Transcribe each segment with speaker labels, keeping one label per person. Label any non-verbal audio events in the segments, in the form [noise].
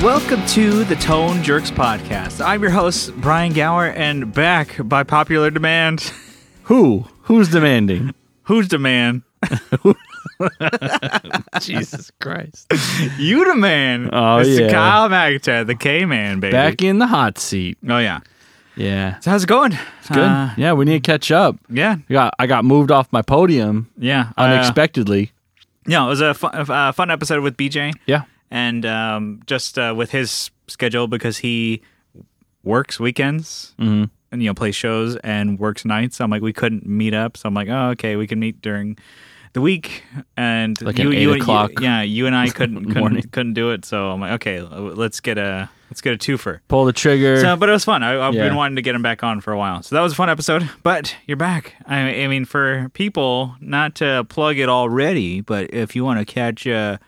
Speaker 1: Welcome to the Tone Jerks podcast. I'm your host Brian Gower, and back by popular demand, [laughs]
Speaker 2: Who? Who's demanding?
Speaker 1: who's demand?
Speaker 2: [laughs] Jesus Christ.
Speaker 1: You demand.
Speaker 2: Oh,
Speaker 1: Mr.
Speaker 2: yeah.
Speaker 1: Kyle McIntyre, the K man, baby.
Speaker 2: Back in the hot seat.
Speaker 1: oh yeah.
Speaker 2: Yeah. Uh,
Speaker 1: So how's it going? It's
Speaker 2: Good. yeah, we need to catch up.
Speaker 1: yeah,
Speaker 2: I got, I got moved off my podium
Speaker 1: yeah. Uh,
Speaker 2: unexpectedly.
Speaker 1: Yeah, it was a fun, uh, fun episode with BJ.
Speaker 2: yeah.
Speaker 1: And um, just uh, with his schedule because he works weekends
Speaker 2: Mm-hmm.
Speaker 1: and, you know, plays shows and works nights. I'm like, we couldn't meet up. So I'm like, oh, okay, we can meet during the week. And
Speaker 2: Like
Speaker 1: you,
Speaker 2: an eight
Speaker 1: you,
Speaker 2: o'clock
Speaker 1: you- yeah, you and I
Speaker 2: [laughs]
Speaker 1: couldn't,
Speaker 2: morning.
Speaker 1: couldn't, couldn't do it. So I'm like, okay, let's get a, let's get a twofer.
Speaker 2: Pull the trigger.
Speaker 1: So, but it was fun. I, I've
Speaker 2: Yeah.
Speaker 1: been wanting to get him back on for a while. So that was a fun episode. [laughs] But you're back. I, I mean, for people not to plug it already, but if you want to catch, uh,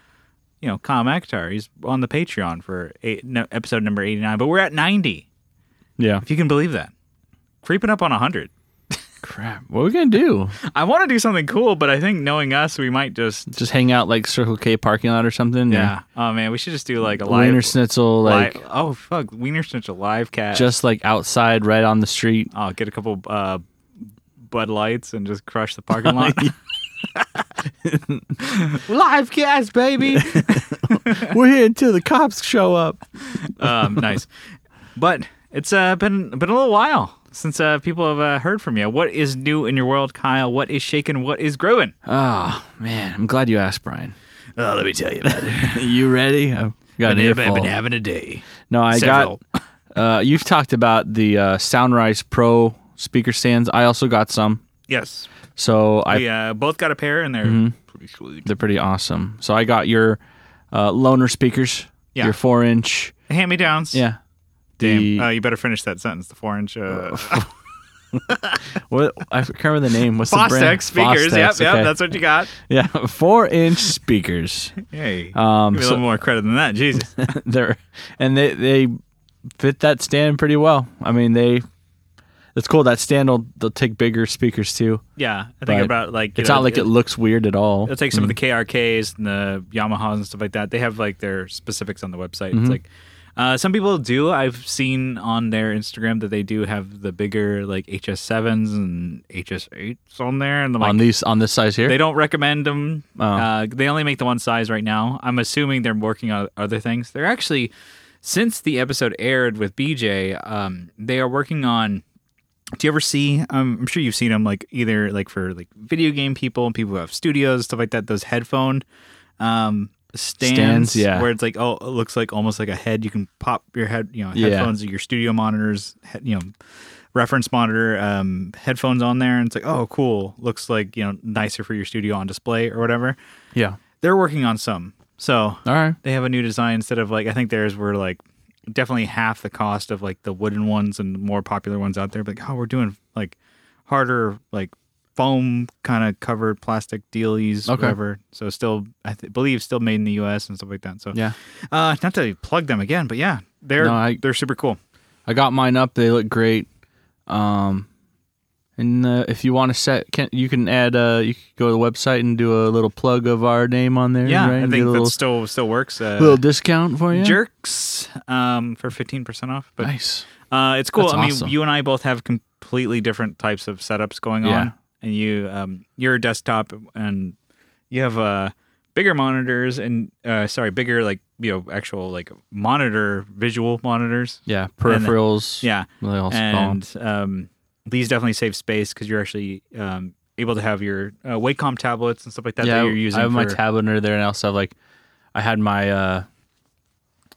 Speaker 1: you know, Kyle McIntyre, he's on the Patreon for eight, no, episode number 89. But we're at 90,
Speaker 2: yeah.
Speaker 1: if you can believe that. Creeping up on 100.
Speaker 2: Crap. What are we going to do?
Speaker 1: I want to do something cool, but I think knowing us, we might just.
Speaker 2: Just hang out like Circle K parking lot or something?
Speaker 1: Yeah. Oh, man. We should just do like a
Speaker 2: Or
Speaker 1: live.
Speaker 2: Wiener Schnitzel,
Speaker 1: live
Speaker 2: like
Speaker 1: oh, fuck. Wiener Schnitzel live cat.
Speaker 2: just like outside right on the street.
Speaker 1: Oh, get a couple uh, Bud Lights and just crush the parking lot. [laughs] Live gas, baby.
Speaker 2: [laughs] We're here until the cops show up.
Speaker 1: um, nice, but it's uh, been been a little while since uh, people have uh, heard from you. What is new in your world, Kyle? What is shaking? What is growing?
Speaker 2: Oh, man. I'm glad you asked, Brian.
Speaker 1: Oh, let me tell you about [laughs] it.
Speaker 2: [laughs] you ready? I've got an earful.
Speaker 1: having a day.
Speaker 2: No, I
Speaker 1: Several.
Speaker 2: got. Uh, you've talked about the uh, Soundrise Pro speaker stands. I also got some,
Speaker 1: Yes,
Speaker 2: so I
Speaker 1: we uh, both got a pair, and they're pretty sweet.
Speaker 2: they're pretty awesome. So I got your uh, loner speakers,
Speaker 1: Yeah.
Speaker 2: your four inch,
Speaker 1: Hand me downs.
Speaker 2: yeah.
Speaker 1: Damn.
Speaker 2: The
Speaker 1: Uh, you better finish that sentence. The four inch. [laughs] Uh,
Speaker 2: what I can't remember the name. What's the brand?
Speaker 1: Fostech speakers.
Speaker 2: Fostex,
Speaker 1: Yep, yep.
Speaker 2: okay.
Speaker 1: That's what you got.
Speaker 2: yeah, four inch speakers. [laughs]
Speaker 1: Hey,
Speaker 2: Um,
Speaker 1: give me a
Speaker 2: so-
Speaker 1: little more credit than that, Jesus.
Speaker 2: they're and they they fit that stand pretty well. I mean they. It's cool that stand will they'll take bigger speakers too.
Speaker 1: [laughs] yeah, I think
Speaker 2: But
Speaker 1: about like you
Speaker 2: It's
Speaker 1: know,
Speaker 2: not like it Mm-hmm. looks weird at all.
Speaker 1: It'll take some of the KRKs and the Yamahas and stuff like that. They have like their specifics on the website.
Speaker 2: Mm-hmm.
Speaker 1: It's like uh, some people do. I've seen on their Instagram that they do have the bigger like HS7s and HS8s on there, and I'm
Speaker 2: on
Speaker 1: like,
Speaker 2: these on this size here.
Speaker 1: they don't recommend them.
Speaker 2: Oh.
Speaker 1: Uh, they only make the one size right now. I'm assuming they're working on other things. They're actually, since the episode aired with BJ, um, they are working on. Do you ever see? Um, I'm sure you've seen them, like either like for like video game people and people who have studios stuff like that. Those headphone um, stands,
Speaker 2: Stands, yeah.
Speaker 1: where it's like oh, it looks like almost like a head. You can pop your head, you know,
Speaker 2: Yeah.
Speaker 1: headphones, or your studio monitors, head, you know, reference monitor um, headphones on there, and it's like oh, cool. Looks like you know nicer for your studio on display or whatever.
Speaker 2: yeah.
Speaker 1: They're working on some, so
Speaker 2: All right.
Speaker 1: they have a new design instead of like I think theirs were like definitely half the cost of like the wooden ones and more popular ones out there. But like, oh, we're doing like harder like foam kind of covered plastic dealies,
Speaker 2: Okay.
Speaker 1: whatever. So still, I th- believe still made in the U.S. and stuff like that. So
Speaker 2: Yeah.
Speaker 1: uh, not to plug them again, but yeah, they're
Speaker 2: No, I-
Speaker 1: they're super cool.
Speaker 2: I got mine up. They look great. Um, and uh, if you want to set, can, you can add. Uh, you can go to the website and do a little plug of our name on there.
Speaker 1: Yeah,
Speaker 2: right?
Speaker 1: I
Speaker 2: And
Speaker 1: think
Speaker 2: get a
Speaker 1: that
Speaker 2: little,
Speaker 1: still still works. Uh,
Speaker 2: little discount for you.
Speaker 1: Jerks um, for fifteen percent off, but
Speaker 2: Nice.
Speaker 1: Uh, it's cool.
Speaker 2: That's
Speaker 1: I mean,
Speaker 2: awesome.
Speaker 1: you and I both have completely different types of setups going
Speaker 2: Yeah.
Speaker 1: on, and you um, you're a desktop, and you have uh, bigger monitors and uh, sorry, bigger like you know actual like monitor visual monitors.
Speaker 2: Yeah. Peripherals.
Speaker 1: uh, Yeah,
Speaker 2: Really all spawned.
Speaker 1: and um, these definitely save space because you're actually um, able to have your uh, Wacom tablets and stuff like that
Speaker 2: yeah.
Speaker 1: that you're using.
Speaker 2: I have my
Speaker 1: for-
Speaker 2: tablet under there, and I also have like, I had my. uh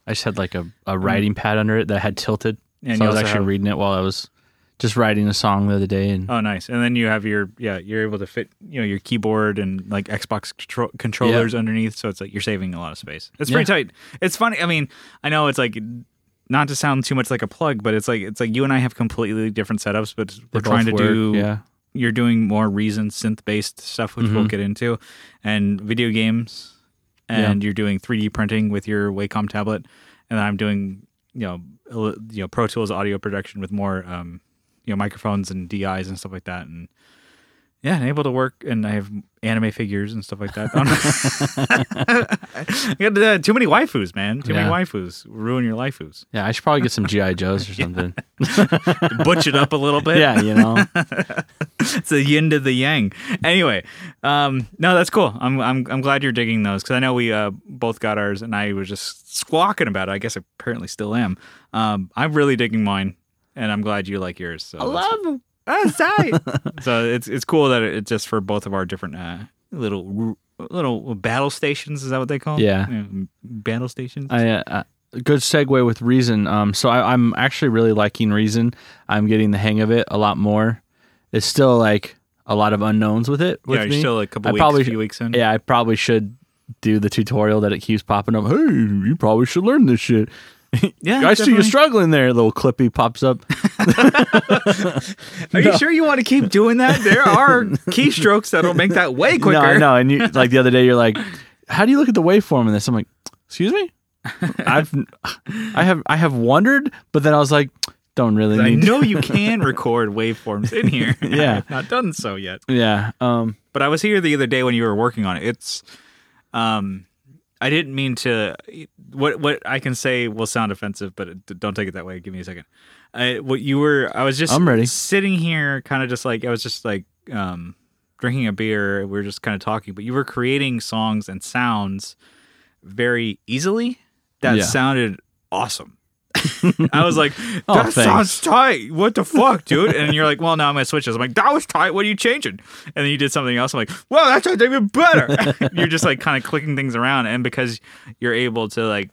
Speaker 2: I just had like a, a writing pad under it that I had tilted,
Speaker 1: Mm-hmm. And
Speaker 2: so
Speaker 1: you
Speaker 2: I was
Speaker 1: also
Speaker 2: actually
Speaker 1: have-
Speaker 2: reading it while I was just writing a song the other day, and
Speaker 1: Oh, nice! And then you have your yeah, you're able to fit you know your keyboard and like Xbox contro- controllers underneath, so it's like you're saving a lot of space. It's pretty tight. It's funny. I mean, I know it's like not to sound too much like a plug, but it's like it's like you and I have completely different setups, but we're
Speaker 2: both
Speaker 1: trying to
Speaker 2: work,
Speaker 1: do
Speaker 2: yeah.
Speaker 1: You're doing more reason synth based stuff, which
Speaker 2: Mm-hmm.
Speaker 1: we'll get into, and video games, and you're doing 3D printing with your Wacom tablet, and I'm doing you know el- you know Pro Tools audio production with more um, you know microphones and DIs and stuff like that, and yeah, and able to work, and I have anime figures and stuff like that. [laughs] I got uh, too many waifus, man. Too many
Speaker 2: Yeah.
Speaker 1: waifus ruin your waifus.
Speaker 2: Yeah, I should probably get some
Speaker 1: [laughs]
Speaker 2: GI Joes or something.
Speaker 1: Butch it up a little bit.
Speaker 2: [laughs] yeah, you know.
Speaker 1: [laughs] it's the yin to the yang. Anyway, um, no, that's cool. I'm I'm I'm glad you're digging those because I know we uh, both got ours, and I was just squawking about it. I guess I apparently still am. Um, I'm really digging mine, and I'm glad you like yours. So I [laughs]
Speaker 2: them.
Speaker 1: so it's it's cool that it's just for both of our different uh, little little battle stations. Is that what they call? 'em?
Speaker 2: Yeah.
Speaker 1: battle stations.
Speaker 2: I, uh, uh, good segue with Reason. Um, so I, I'm actually really liking Reason. I'm getting the hang of it a lot more. It's still like a lot of unknowns with it. With
Speaker 1: yeah, you're
Speaker 2: me.
Speaker 1: still a couple
Speaker 2: I
Speaker 1: weeks,
Speaker 2: probably
Speaker 1: few weeks in.
Speaker 2: Yeah, I probably should do the tutorial that it keeps popping up. Hey, you probably should learn this
Speaker 1: [laughs]
Speaker 2: shit.
Speaker 1: yeah.
Speaker 2: I see you
Speaker 1: definitely.
Speaker 2: struggling there. Little Clippy pops up.
Speaker 1: Are you sure you want to keep doing that? There
Speaker 2: [laughs]
Speaker 1: are keystrokes that'll make that way quicker.
Speaker 2: No, I know.
Speaker 1: [laughs]
Speaker 2: And you like the other day, you're like, "How do you look at the waveform in this?" I'm like, "Excuse me." I've, I have, I have wondered, but then I was like, "Don't really
Speaker 1: I
Speaker 2: need." to."
Speaker 1: know
Speaker 2: [laughs]
Speaker 1: you can record waveforms in here.
Speaker 2: Yeah.
Speaker 1: I've not done so yet.
Speaker 2: Yeah. Um.
Speaker 1: But I was here the other day when you were working on it. It's, um, I didn't mean to. What what I can say will sound offensive, but it, don't take it that way. Give me a second. I, what you were, I was just.
Speaker 2: I'm ready.
Speaker 1: Sitting here, kind of just like I was just like um, drinking a beer. We were just kind of talking, but you were creating songs and sounds very easily. That
Speaker 2: Yeah.
Speaker 1: sounded awesome. I was like, that
Speaker 2: Oh, thanks.
Speaker 1: sounds tight. What the fuck, dude? And you're like, well, now I'm gonna switch this. I'm like, that was tight. What are you changing? And then you did something else. I'm like, well, that sounds even better.
Speaker 2: [laughs]
Speaker 1: [laughs] you're just like kind of clicking things around, and because you're able to like,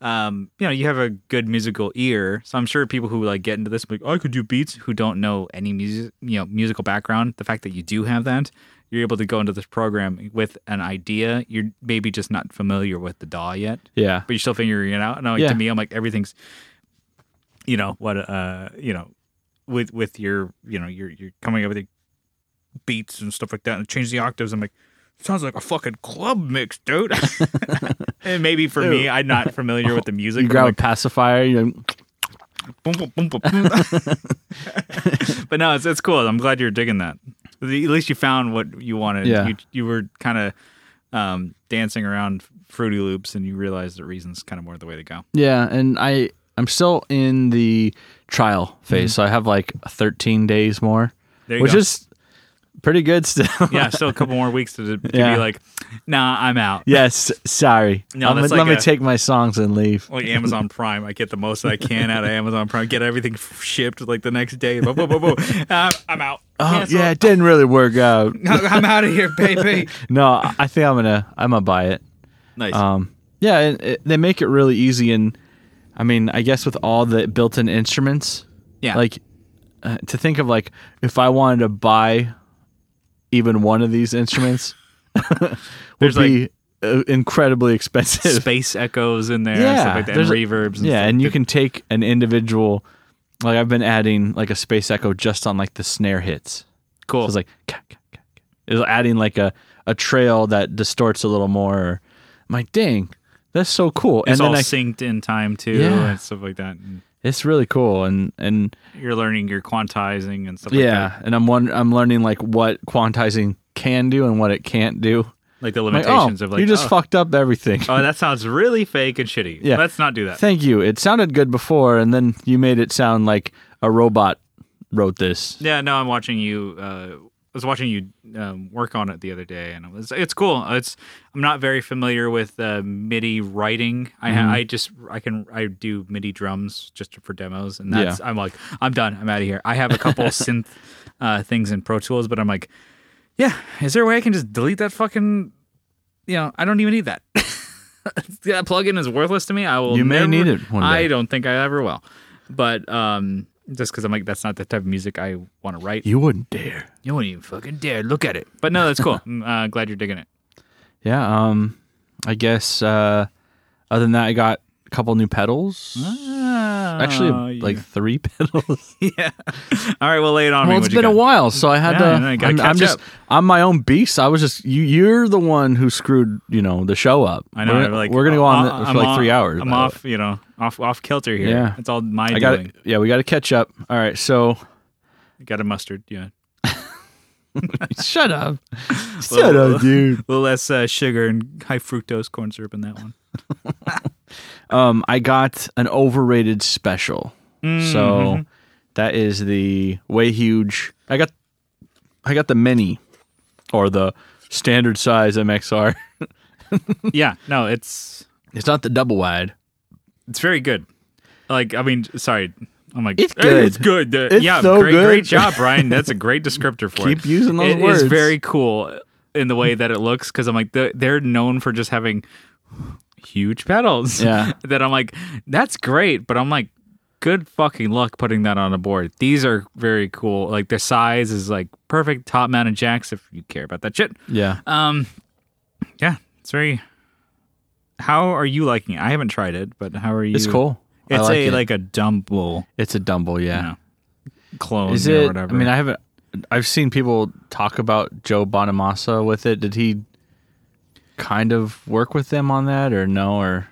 Speaker 1: um, you know, you have a good musical ear. So I'm sure people who like get into this, like, I could do beats, who don't know any music, you know, musical background. The fact that you do have that. You're able to go into this program with an idea. You're maybe just not familiar with the DAW yet
Speaker 2: Yeah.
Speaker 1: but you're still figuring it out. And like,
Speaker 2: Yeah.
Speaker 1: to me, I'm like everything's, you know what, uh, you know, with with your, you know, you're you're coming up with your beats and stuff like that, and change the octaves. I'm like, sounds like a fucking club mix, dude. [laughs] and maybe for me, I'm not familiar
Speaker 2: [laughs]
Speaker 1: with the music.
Speaker 2: You
Speaker 1: I'm
Speaker 2: grab a
Speaker 1: like,
Speaker 2: pacifier. You're like, "Mm."
Speaker 1: boom, boom, boom, boom,
Speaker 2: [laughs]
Speaker 1: [laughs] boom. but no, it's it's cool. I'm glad you're digging that. At least you found what you wanted.
Speaker 2: Yeah.
Speaker 1: You you were kind of. Um, dancing around Fruity Loops, and you realized that reason's kind of more the way to go.
Speaker 2: yeah. And I, I'm still in the trial phase, so I have like 13 days more,
Speaker 1: Mm-hmm. There you
Speaker 2: which
Speaker 1: go.
Speaker 2: is pretty good still.
Speaker 1: yeah, still a couple more weeks to, to
Speaker 2: Yeah.
Speaker 1: be like, nah, I'm out.
Speaker 2: [laughs] yes. Sorry.
Speaker 1: No,
Speaker 2: I'm
Speaker 1: that's
Speaker 2: gonna-
Speaker 1: like
Speaker 2: let me
Speaker 1: a-
Speaker 2: take my songs and leave.
Speaker 1: Like Amazon Prime, I get the most I can out of Amazon Prime. Get everything shipped like the next day. Boom, boom, boom,
Speaker 2: [laughs]
Speaker 1: boom. Um, I'm out.
Speaker 2: Oh,
Speaker 1: Cancel.
Speaker 2: yeah. It didn't really work out.
Speaker 1: I'm out of here,
Speaker 2: [laughs]
Speaker 1: baby.
Speaker 2: No, I- I think I'm gonna, I'm gonna buy it.
Speaker 1: Nice.
Speaker 2: Um, yeah, and it, they make it really easy, and I mean, I guess with all the built-in instruments,
Speaker 1: Yeah.
Speaker 2: Like uh, to think of like if I wanted to buy even one of these instruments, [laughs] would
Speaker 1: There's, like-
Speaker 2: be uh, incredibly expensive.
Speaker 1: [laughs] Space echoes in there, and
Speaker 2: Yeah,
Speaker 1: stuff like that, and
Speaker 2: there's a-
Speaker 1: reverbs. And
Speaker 2: yeah,
Speaker 1: stuff.
Speaker 2: and you can take an individual. Like I've been adding like a space echo just on like the snare hits. So
Speaker 1: cool.
Speaker 2: it's like "Ka, ka, ka, ka." it's adding like a, a trail that distorts a little more. I'm like, dang, that's so cool.
Speaker 1: it's
Speaker 2: and
Speaker 1: all
Speaker 2: then I,
Speaker 1: synced in time too,
Speaker 2: Yeah.
Speaker 1: and stuff like that. And
Speaker 2: it's really cool and and
Speaker 1: you're learning, you're quantizing and stuff. like
Speaker 2: yeah
Speaker 1: that.
Speaker 2: and i'm one i'm learning like what quantizing can do and what it can't do
Speaker 1: like the
Speaker 2: like, oh,
Speaker 1: limitations of like
Speaker 2: you just
Speaker 1: oh,
Speaker 2: fucked up everything
Speaker 1: oh, that sounds really fake and shitty.
Speaker 2: Yeah.
Speaker 1: let's not do that.
Speaker 2: thank you it sounded good before and then you made it sound like a robot wrote this
Speaker 1: Yeah, no, I'm watching you. Uh, I was watching you um, work on it the other day, and it was it's cool. It's I'm not very familiar with uh, MIDI writing. I
Speaker 2: Mm-hmm.
Speaker 1: ha- I just I can I do MIDI drums just for demos, and that's I'm like I'm done. I'm out of here. I have a
Speaker 2: [laughs]
Speaker 1: couple synth uh, things in Pro Tools, but I'm like, yeah, is there a way I can just delete that fucking? You know, I don't even need that. [laughs] that plugin is worthless to me. I will.
Speaker 2: You may
Speaker 1: never-
Speaker 2: need it one day.
Speaker 1: I I don't think I ever will. But um, just because I'm like, that's not the type of music I want to write.
Speaker 2: you wouldn't dare
Speaker 1: You wouldn't even fucking dare look at it. But no, that's
Speaker 2: [laughs]
Speaker 1: cool. I'm uh, glad you're digging it.
Speaker 2: yeah um i guess uh other than that i got a couple new pedals
Speaker 1: Ah,
Speaker 2: Ah, actually like three pedals
Speaker 1: Oh, yeah. [laughs] All right, well, lay it on me.
Speaker 2: well it's
Speaker 1: What'd you
Speaker 2: been a
Speaker 1: got?
Speaker 2: while so i had
Speaker 1: Yeah,
Speaker 2: to
Speaker 1: and I gotta
Speaker 2: i'm, I'm
Speaker 1: catch
Speaker 2: just
Speaker 1: up.
Speaker 2: i'm my own beast i was just you you're the one who screwed you know the show up
Speaker 1: I know.
Speaker 2: we're,
Speaker 1: I'm like,
Speaker 2: we're gonna go on
Speaker 1: uh,
Speaker 2: the- for
Speaker 1: I'm
Speaker 2: like
Speaker 1: off-
Speaker 2: three hours
Speaker 1: I'm
Speaker 2: by the way.
Speaker 1: off, you know, off off kilter here.
Speaker 2: Yeah.
Speaker 1: It's all my
Speaker 2: i got
Speaker 1: doing. [laughs]
Speaker 2: it yeah we gotta catch up all right so
Speaker 1: Got a mustard. Yeah.
Speaker 2: Shut [laughs] up.
Speaker 1: Shut [laughs] up,
Speaker 2: dude.
Speaker 1: A little less uh, sugar and high fructose corn syrup in that
Speaker 2: [laughs]
Speaker 1: one.
Speaker 2: Um, I got an overrated special.
Speaker 1: Mm-hmm.
Speaker 2: So that is the way huge. I got, I got the mini, or the standard size MXR.
Speaker 1: yeah, no, it's
Speaker 2: [laughs] It's not the double wide.
Speaker 1: it's very good. Like, I mean, sorry, I'm like,
Speaker 2: It's
Speaker 1: "Hey,
Speaker 2: good.
Speaker 1: It's good. Uh,
Speaker 2: It's
Speaker 1: yeah,
Speaker 2: so
Speaker 1: great,
Speaker 2: good."
Speaker 1: great job,
Speaker 2: [laughs]
Speaker 1: Brian. That's a great descriptor for it.
Speaker 2: Keep using those
Speaker 1: It is
Speaker 2: words.
Speaker 1: very cool in the way that it looks because I'm like, they're, they're known for just having huge pedals.
Speaker 2: Yeah.
Speaker 1: [laughs] that I'm like, that's great, but I'm like, good fucking luck putting that on a board. These are very cool. Like, their size is like perfect top mounted jacks if you care about that shit.
Speaker 2: Yeah.
Speaker 1: Um, yeah, it's very. How are you liking it? I haven't tried it, but how are you?
Speaker 2: It's cool. I
Speaker 1: It's a
Speaker 2: it.
Speaker 1: like a dumble
Speaker 2: It's a dumble. Yeah.
Speaker 1: Yeah. clone
Speaker 2: Is
Speaker 1: or
Speaker 2: it?
Speaker 1: whatever.
Speaker 2: I mean, I haven't. I've seen people talk about Joe Bonamassa with it. Did he kind of work with them on that, or no? Or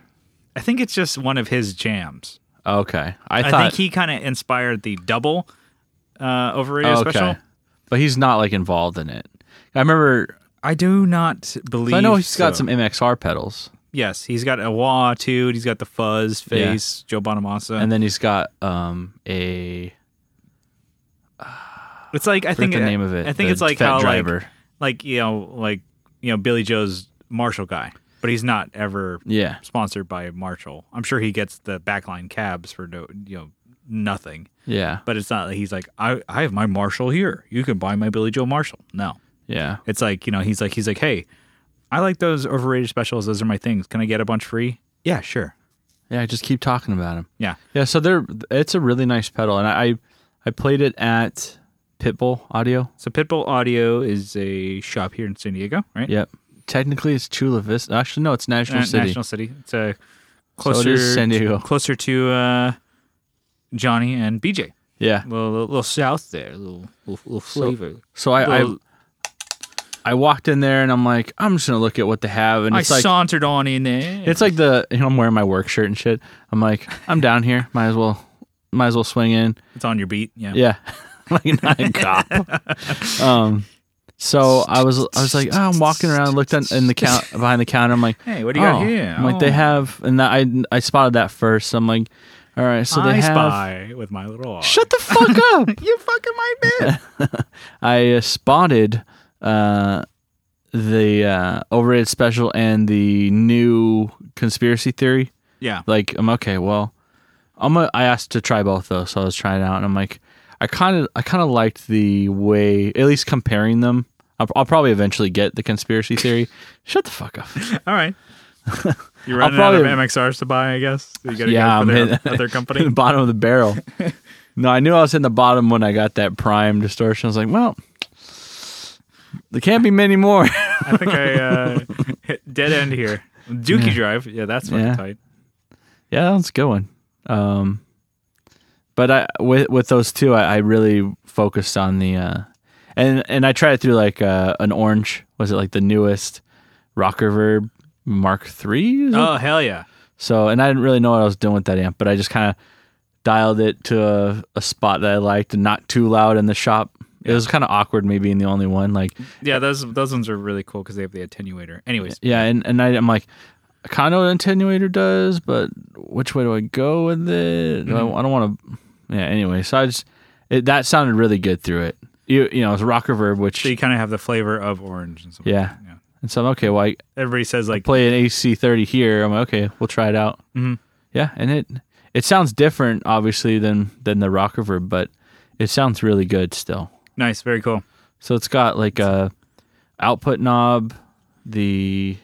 Speaker 1: I think it's just one of his jams.
Speaker 2: okay, I
Speaker 1: I,
Speaker 2: thought
Speaker 1: think he kind of inspired the double uh, overrated
Speaker 2: okay,
Speaker 1: special.
Speaker 2: but he's not like involved in it. I remember.
Speaker 1: I do not believe.
Speaker 2: I know he's got
Speaker 1: so.
Speaker 2: some MXR pedals,
Speaker 1: Yes, he's got a wah too. and He's got the fuzz
Speaker 2: Yeah.
Speaker 1: face. Joe Bonamassa.
Speaker 2: and then he's got um a
Speaker 1: It's like I
Speaker 2: forget
Speaker 1: think
Speaker 2: the name of it.
Speaker 1: I think
Speaker 2: the
Speaker 1: it's like
Speaker 2: fat
Speaker 1: how
Speaker 2: driver.
Speaker 1: like like you know like you know Billy Joe's Marshall guy, but he's not ever
Speaker 2: yeah,
Speaker 1: sponsored by Marshall. I'm sure he gets the backline cabs for no you know nothing,
Speaker 2: yeah,
Speaker 1: but it's not like he's like I I have my Marshall here. You can buy my Billy Joe Marshall. No,
Speaker 2: yeah,
Speaker 1: it's like you know he's like he's like hey, I like those overrated specials. Those are my things. Can I get a bunch free? Yeah, sure.
Speaker 2: yeah. Just keep talking about him.
Speaker 1: Yeah.
Speaker 2: Yeah, so they're it's a really nice pedal, and I I played it at Pitbull Audio.
Speaker 1: So Pitbull Audio is a shop here in San Diego, right?
Speaker 2: Yep. Technically, it's Chula Vista. Actually, no, it's National
Speaker 1: Uh,
Speaker 2: City.
Speaker 1: National City. It's a
Speaker 2: So it
Speaker 1: closer
Speaker 2: is San Diego.
Speaker 1: closer to uh, Johnny and BJ.
Speaker 2: Yeah.
Speaker 1: A little, little, little south there, a little, little, little flavor.
Speaker 2: So I, I
Speaker 1: Well-
Speaker 2: I walked in there and I'm like, I'm just gonna look at what they have, and
Speaker 1: I
Speaker 2: it's like
Speaker 1: sauntered on in there.
Speaker 2: it's like the you know I'm wearing my work shirt and shit. I'm like, I'm down here. Might as well, might as well swing in.
Speaker 1: It's on your beat. Yeah.
Speaker 2: Yeah. [laughs] like
Speaker 1: [laughs]
Speaker 2: not a cop. um. So I was I was like oh, I'm walking around looked on, in the
Speaker 1: [laughs]
Speaker 2: count behind the counter I'm like
Speaker 1: Hey, what do you got
Speaker 2: oh.
Speaker 1: here?
Speaker 2: I'm like they
Speaker 1: Oh.
Speaker 2: have and that, I I spotted that first I'm like all right so they
Speaker 1: I
Speaker 2: have
Speaker 1: spy with my little eye.
Speaker 2: shut the fuck up
Speaker 1: you fucking my bed.
Speaker 2: I uh, spotted uh, the uh, overrated special and the new conspiracy theory.
Speaker 1: yeah.
Speaker 2: Like, I'm okay. Well, I'm a, I asked to try both though, so I was trying it out, and I'm like, I kind of I kind of liked the way, at least comparing them. I'll, I'll probably eventually get the conspiracy theory. Shut the fuck up.
Speaker 1: All right. You're running
Speaker 2: probably-
Speaker 1: out of MXRs to buy, I guess. You gotta
Speaker 2: Yeah,
Speaker 1: go for
Speaker 2: I'm
Speaker 1: their
Speaker 2: in-
Speaker 1: other
Speaker 2: [laughs] in the
Speaker 1: company.
Speaker 2: bottom of the barrel. no, I knew I was in the bottom when I got that prime distortion. I was like, well, there can't be many more. [laughs]
Speaker 1: I think I uh, hit dead end here. Dookie Drive. Yeah, that's fucking
Speaker 2: Yeah.
Speaker 1: tight.
Speaker 2: Yeah, that's a good one. Um, but I with with those two, I, I really focused on the, uh, and and I tried it through like uh, an orange. Was it like the newest Rocker Verb Mark Three?
Speaker 1: Oh hell yeah.
Speaker 2: So and I didn't really know what I was doing with that amp, but I just kind of dialed it to a, a spot that I liked and not too loud in the shop. It was kind of awkward, me being the only one. Like
Speaker 1: Yeah, those those ones are really cool because they have the attenuator. Anyways,
Speaker 2: Yeah, and, and I, I'm like, I kind of know what attenuator does, but which way do I go with it? Do I, I don't want to. Yeah. Anyway, so I just it, that sounded really good through it. You you know, it's rock reverb, which
Speaker 1: so you kind of have the flavor of orange and stuff. like
Speaker 2: yeah.
Speaker 1: that, yeah.
Speaker 2: And so I'm okay. Well, I
Speaker 1: Everybody says like
Speaker 2: play an AC30 here. I'm like, okay, we'll try it out. Mm-hmm. Yeah, and it it sounds different, obviously, than than the rock reverb, but it sounds really good still.
Speaker 1: nice, very cool.
Speaker 2: So it's got like a output knob, the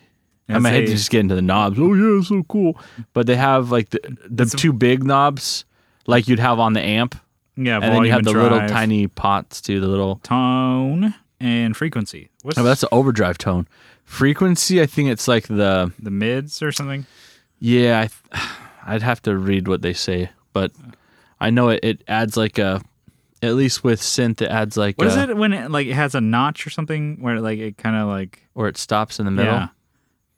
Speaker 2: I
Speaker 1: It's
Speaker 2: mean, I hate
Speaker 1: a-
Speaker 2: to just get into the knobs. Oh yeah, it's so cool. But they have like the the two big knobs, like you'd have on the amp,
Speaker 1: Yeah,
Speaker 2: and then you have the little tiny pots too. The little
Speaker 1: tone and frequency. What's
Speaker 2: oh, that's the overdrive tone frequency. I think it's like the
Speaker 1: the mids or something?
Speaker 2: yeah. I [sighs] th- I'd have to read what they say, but I know it, it adds like a at least with synth it adds like
Speaker 1: What is
Speaker 2: a-
Speaker 1: it when it like it has a notch or something where like it kind of like
Speaker 2: or it stops in the middle. Uh,
Speaker 1: yeah.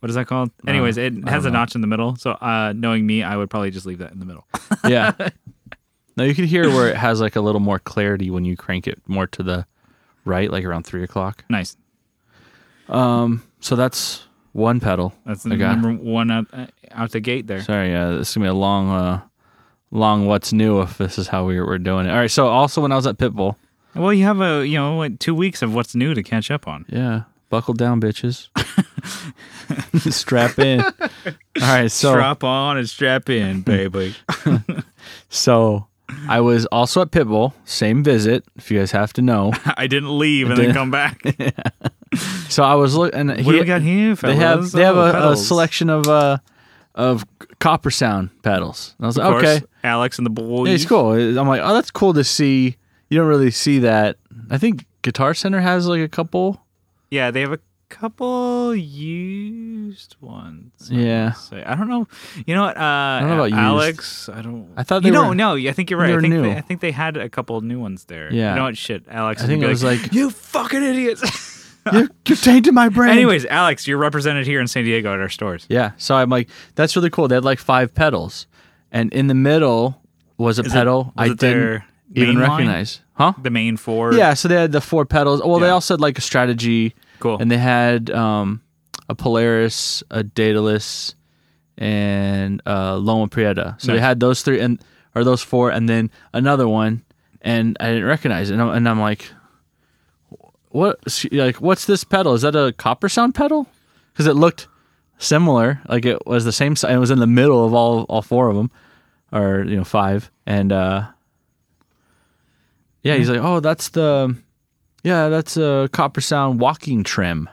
Speaker 1: What is that called? Anyways, it has a
Speaker 2: know.
Speaker 1: notch in the middle. So, uh, knowing me, I would probably just leave that in the middle. [laughs]
Speaker 2: yeah. Now you can hear where it has like a little more clarity when you crank it more to the right, like around three o'clock.
Speaker 1: Nice.
Speaker 2: Um, so that's one pedal.
Speaker 1: That's the
Speaker 2: I got.
Speaker 1: number one out, uh, out the gate there.
Speaker 2: Sorry, uh, this is gonna be a long, uh, long what's new if this is how we we're doing it. All right. So also when I was at Pitbull,
Speaker 1: Well, you have a you know like two weeks of what's new to catch up on.
Speaker 2: yeah, buckle
Speaker 1: [laughs]
Speaker 2: down, bitches, strap in. All right. So
Speaker 1: Strap on and strap in,
Speaker 2: [laughs]
Speaker 1: baby. [laughs]
Speaker 2: so I was also at Pitbull, same visit. If you guys have to know,
Speaker 1: I didn't leave and then come
Speaker 2: [laughs]
Speaker 1: back. what
Speaker 2: so I was looking.
Speaker 1: do we got here?
Speaker 2: They have
Speaker 1: fellas?
Speaker 2: they have
Speaker 1: Oh,
Speaker 2: a, a
Speaker 1: pedals.
Speaker 2: selection of uh of copper sound pedals. And I was
Speaker 1: Of
Speaker 2: like,
Speaker 1: course,
Speaker 2: okay,
Speaker 1: Alex and the boys.
Speaker 2: Yeah, it's cool. I'm like, oh, that's cool to see. You don't really see that. I think Guitar Center has like a couple.
Speaker 1: Yeah, they have a couple used ones. I
Speaker 2: Yeah.
Speaker 1: would say. I don't know. You know what? Uh, I
Speaker 2: don't know about
Speaker 1: Alex. I don't.
Speaker 2: I thought
Speaker 1: you
Speaker 2: they
Speaker 1: know.
Speaker 2: were-
Speaker 1: No, I think you're right.
Speaker 2: they
Speaker 1: I
Speaker 2: were
Speaker 1: think
Speaker 2: new.
Speaker 1: They, I think they had a couple new ones there.
Speaker 2: Yeah.
Speaker 1: You know what? Shit, Alex.
Speaker 2: I
Speaker 1: is
Speaker 2: think
Speaker 1: gonna
Speaker 2: it
Speaker 1: be
Speaker 2: was like-
Speaker 1: you fucking
Speaker 2: [laughs]
Speaker 1: idiots. [laughs]
Speaker 2: You're, you're tainting my brain.
Speaker 1: Anyways, Alex, you're represented here in San Diego at our stores.
Speaker 2: Yeah. So I'm like, that's really cool. They had like five pedals, and in the middle was a
Speaker 1: Is it-
Speaker 2: pedal
Speaker 1: was
Speaker 2: I
Speaker 1: it their
Speaker 2: didn't even
Speaker 1: main line?
Speaker 2: recognize. Huh?
Speaker 1: The main four. [laughs]
Speaker 2: Yeah. So they had the four pedals. Well, they
Speaker 1: Yeah.
Speaker 2: also had like a strategy.
Speaker 1: Cool.
Speaker 2: And they had um, a Polaris, a Daedalus, and uh, Loma Prieta. So they
Speaker 1: Nice.
Speaker 2: had those three and or those four, and then another one, and I didn't recognize it. And I'm, and I'm like, what? Like, what's this pedal? Is that a copper sound pedal? Because it looked similar, like it was the same. si- It was in the middle of all all four of them, or you know five, and uh, yeah, he's
Speaker 1: Mm-hmm.
Speaker 2: like, oh, that's the, yeah, that's a copper sound walking trim.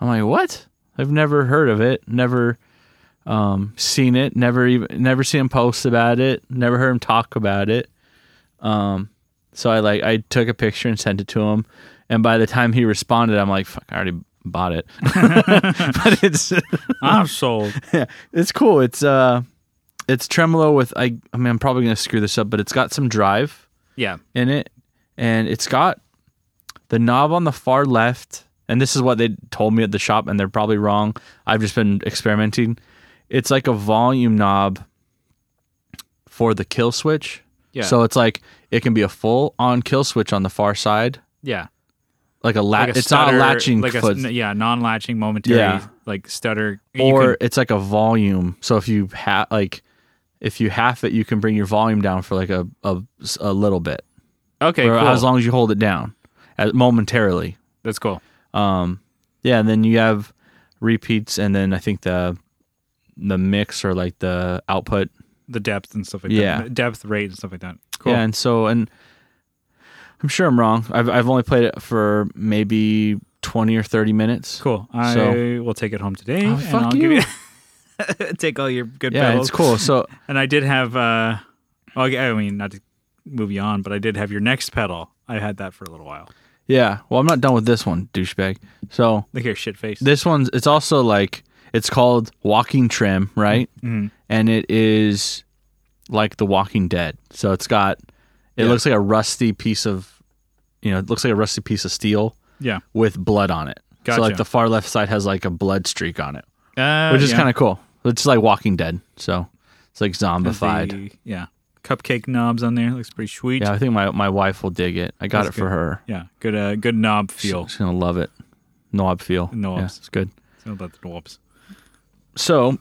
Speaker 2: I'm like, what? I've never heard of it. Never um, seen it. Never even never seen him post about it. Never heard him talk about it. Um, so I like I took a picture and sent it to him. And by the time he responded, I'm like, fuck, I already bought it. [laughs] but it's
Speaker 1: [laughs] I'm sold.
Speaker 2: yeah, it's cool. It's uh, it's tremolo with I. I mean, I'm probably gonna screw this up, but it's got some drive
Speaker 1: Yeah.
Speaker 2: in it, and it's got the knob on the far left. And this is what they told me at the shop, and they're probably wrong. I've just been experimenting. It's like a volume knob for the kill switch.
Speaker 1: Yeah.
Speaker 2: So it's like it can be a full on kill switch on the far side,
Speaker 1: Yeah.
Speaker 2: like a latch.
Speaker 1: Like a
Speaker 2: uh, it's not a
Speaker 1: stutter,
Speaker 2: latching
Speaker 1: like a,
Speaker 2: foot,
Speaker 1: yeah, non-latching momentary
Speaker 2: Yeah.
Speaker 1: like stutter You
Speaker 2: or
Speaker 1: can-
Speaker 2: it's like a volume. So if you ha- like, if you half it, you can bring your volume down for like a a, a little bit,
Speaker 1: okay,
Speaker 2: or
Speaker 1: cool.
Speaker 2: as long as you hold it down, as, momentarily.
Speaker 1: That's cool.
Speaker 2: Um, yeah, and then you have repeats, and then I think the the mix or like the output.
Speaker 1: The depth and stuff like
Speaker 2: Yeah.
Speaker 1: that. Depth rate and stuff like that. Cool.
Speaker 2: Yeah, and so and I'm sure I'm wrong. I've I've only played it for maybe twenty or thirty minutes.
Speaker 1: Cool. I
Speaker 2: So-
Speaker 1: will take it home today.
Speaker 2: Oh,
Speaker 1: and
Speaker 2: fuck
Speaker 1: I'll
Speaker 2: you.
Speaker 1: Give
Speaker 2: [laughs]
Speaker 1: you take all your good
Speaker 2: Yeah,
Speaker 1: pedals.
Speaker 2: it's cool.
Speaker 1: [laughs]
Speaker 2: So
Speaker 1: And I did have. uh well, I mean, not to move you on, but I did have your next pedal. I had that for a little while.
Speaker 2: yeah, well, I'm not done with this one, douchebag. So
Speaker 1: Look here, shit face.
Speaker 2: This one's it's also like it's called Walking Trim, right?
Speaker 1: Mhm.
Speaker 2: And it is like The Walking Dead. So it's got it
Speaker 1: Yeah.
Speaker 2: looks like a rusty piece of you know, it looks like a rusty piece of steel
Speaker 1: yeah,
Speaker 2: with blood on it.
Speaker 1: Gotcha.
Speaker 2: So like the far left side has like a blood streak on it,
Speaker 1: uh,
Speaker 2: which is
Speaker 1: yeah.
Speaker 2: kind of cool. It's like Walking Dead. So it's like
Speaker 1: Has the-
Speaker 2: zombified.
Speaker 1: yeah, cupcake knobs on there looks pretty sweet.
Speaker 2: yeah, I think my, my wife will dig it. I got
Speaker 1: That's
Speaker 2: it for
Speaker 1: good.
Speaker 2: her.
Speaker 1: Yeah, good. Uh, good knob feel.
Speaker 2: She's gonna love it. Knob feel.
Speaker 1: Knobs.
Speaker 2: Yeah, it's good.
Speaker 1: It's not about the knobs.
Speaker 2: So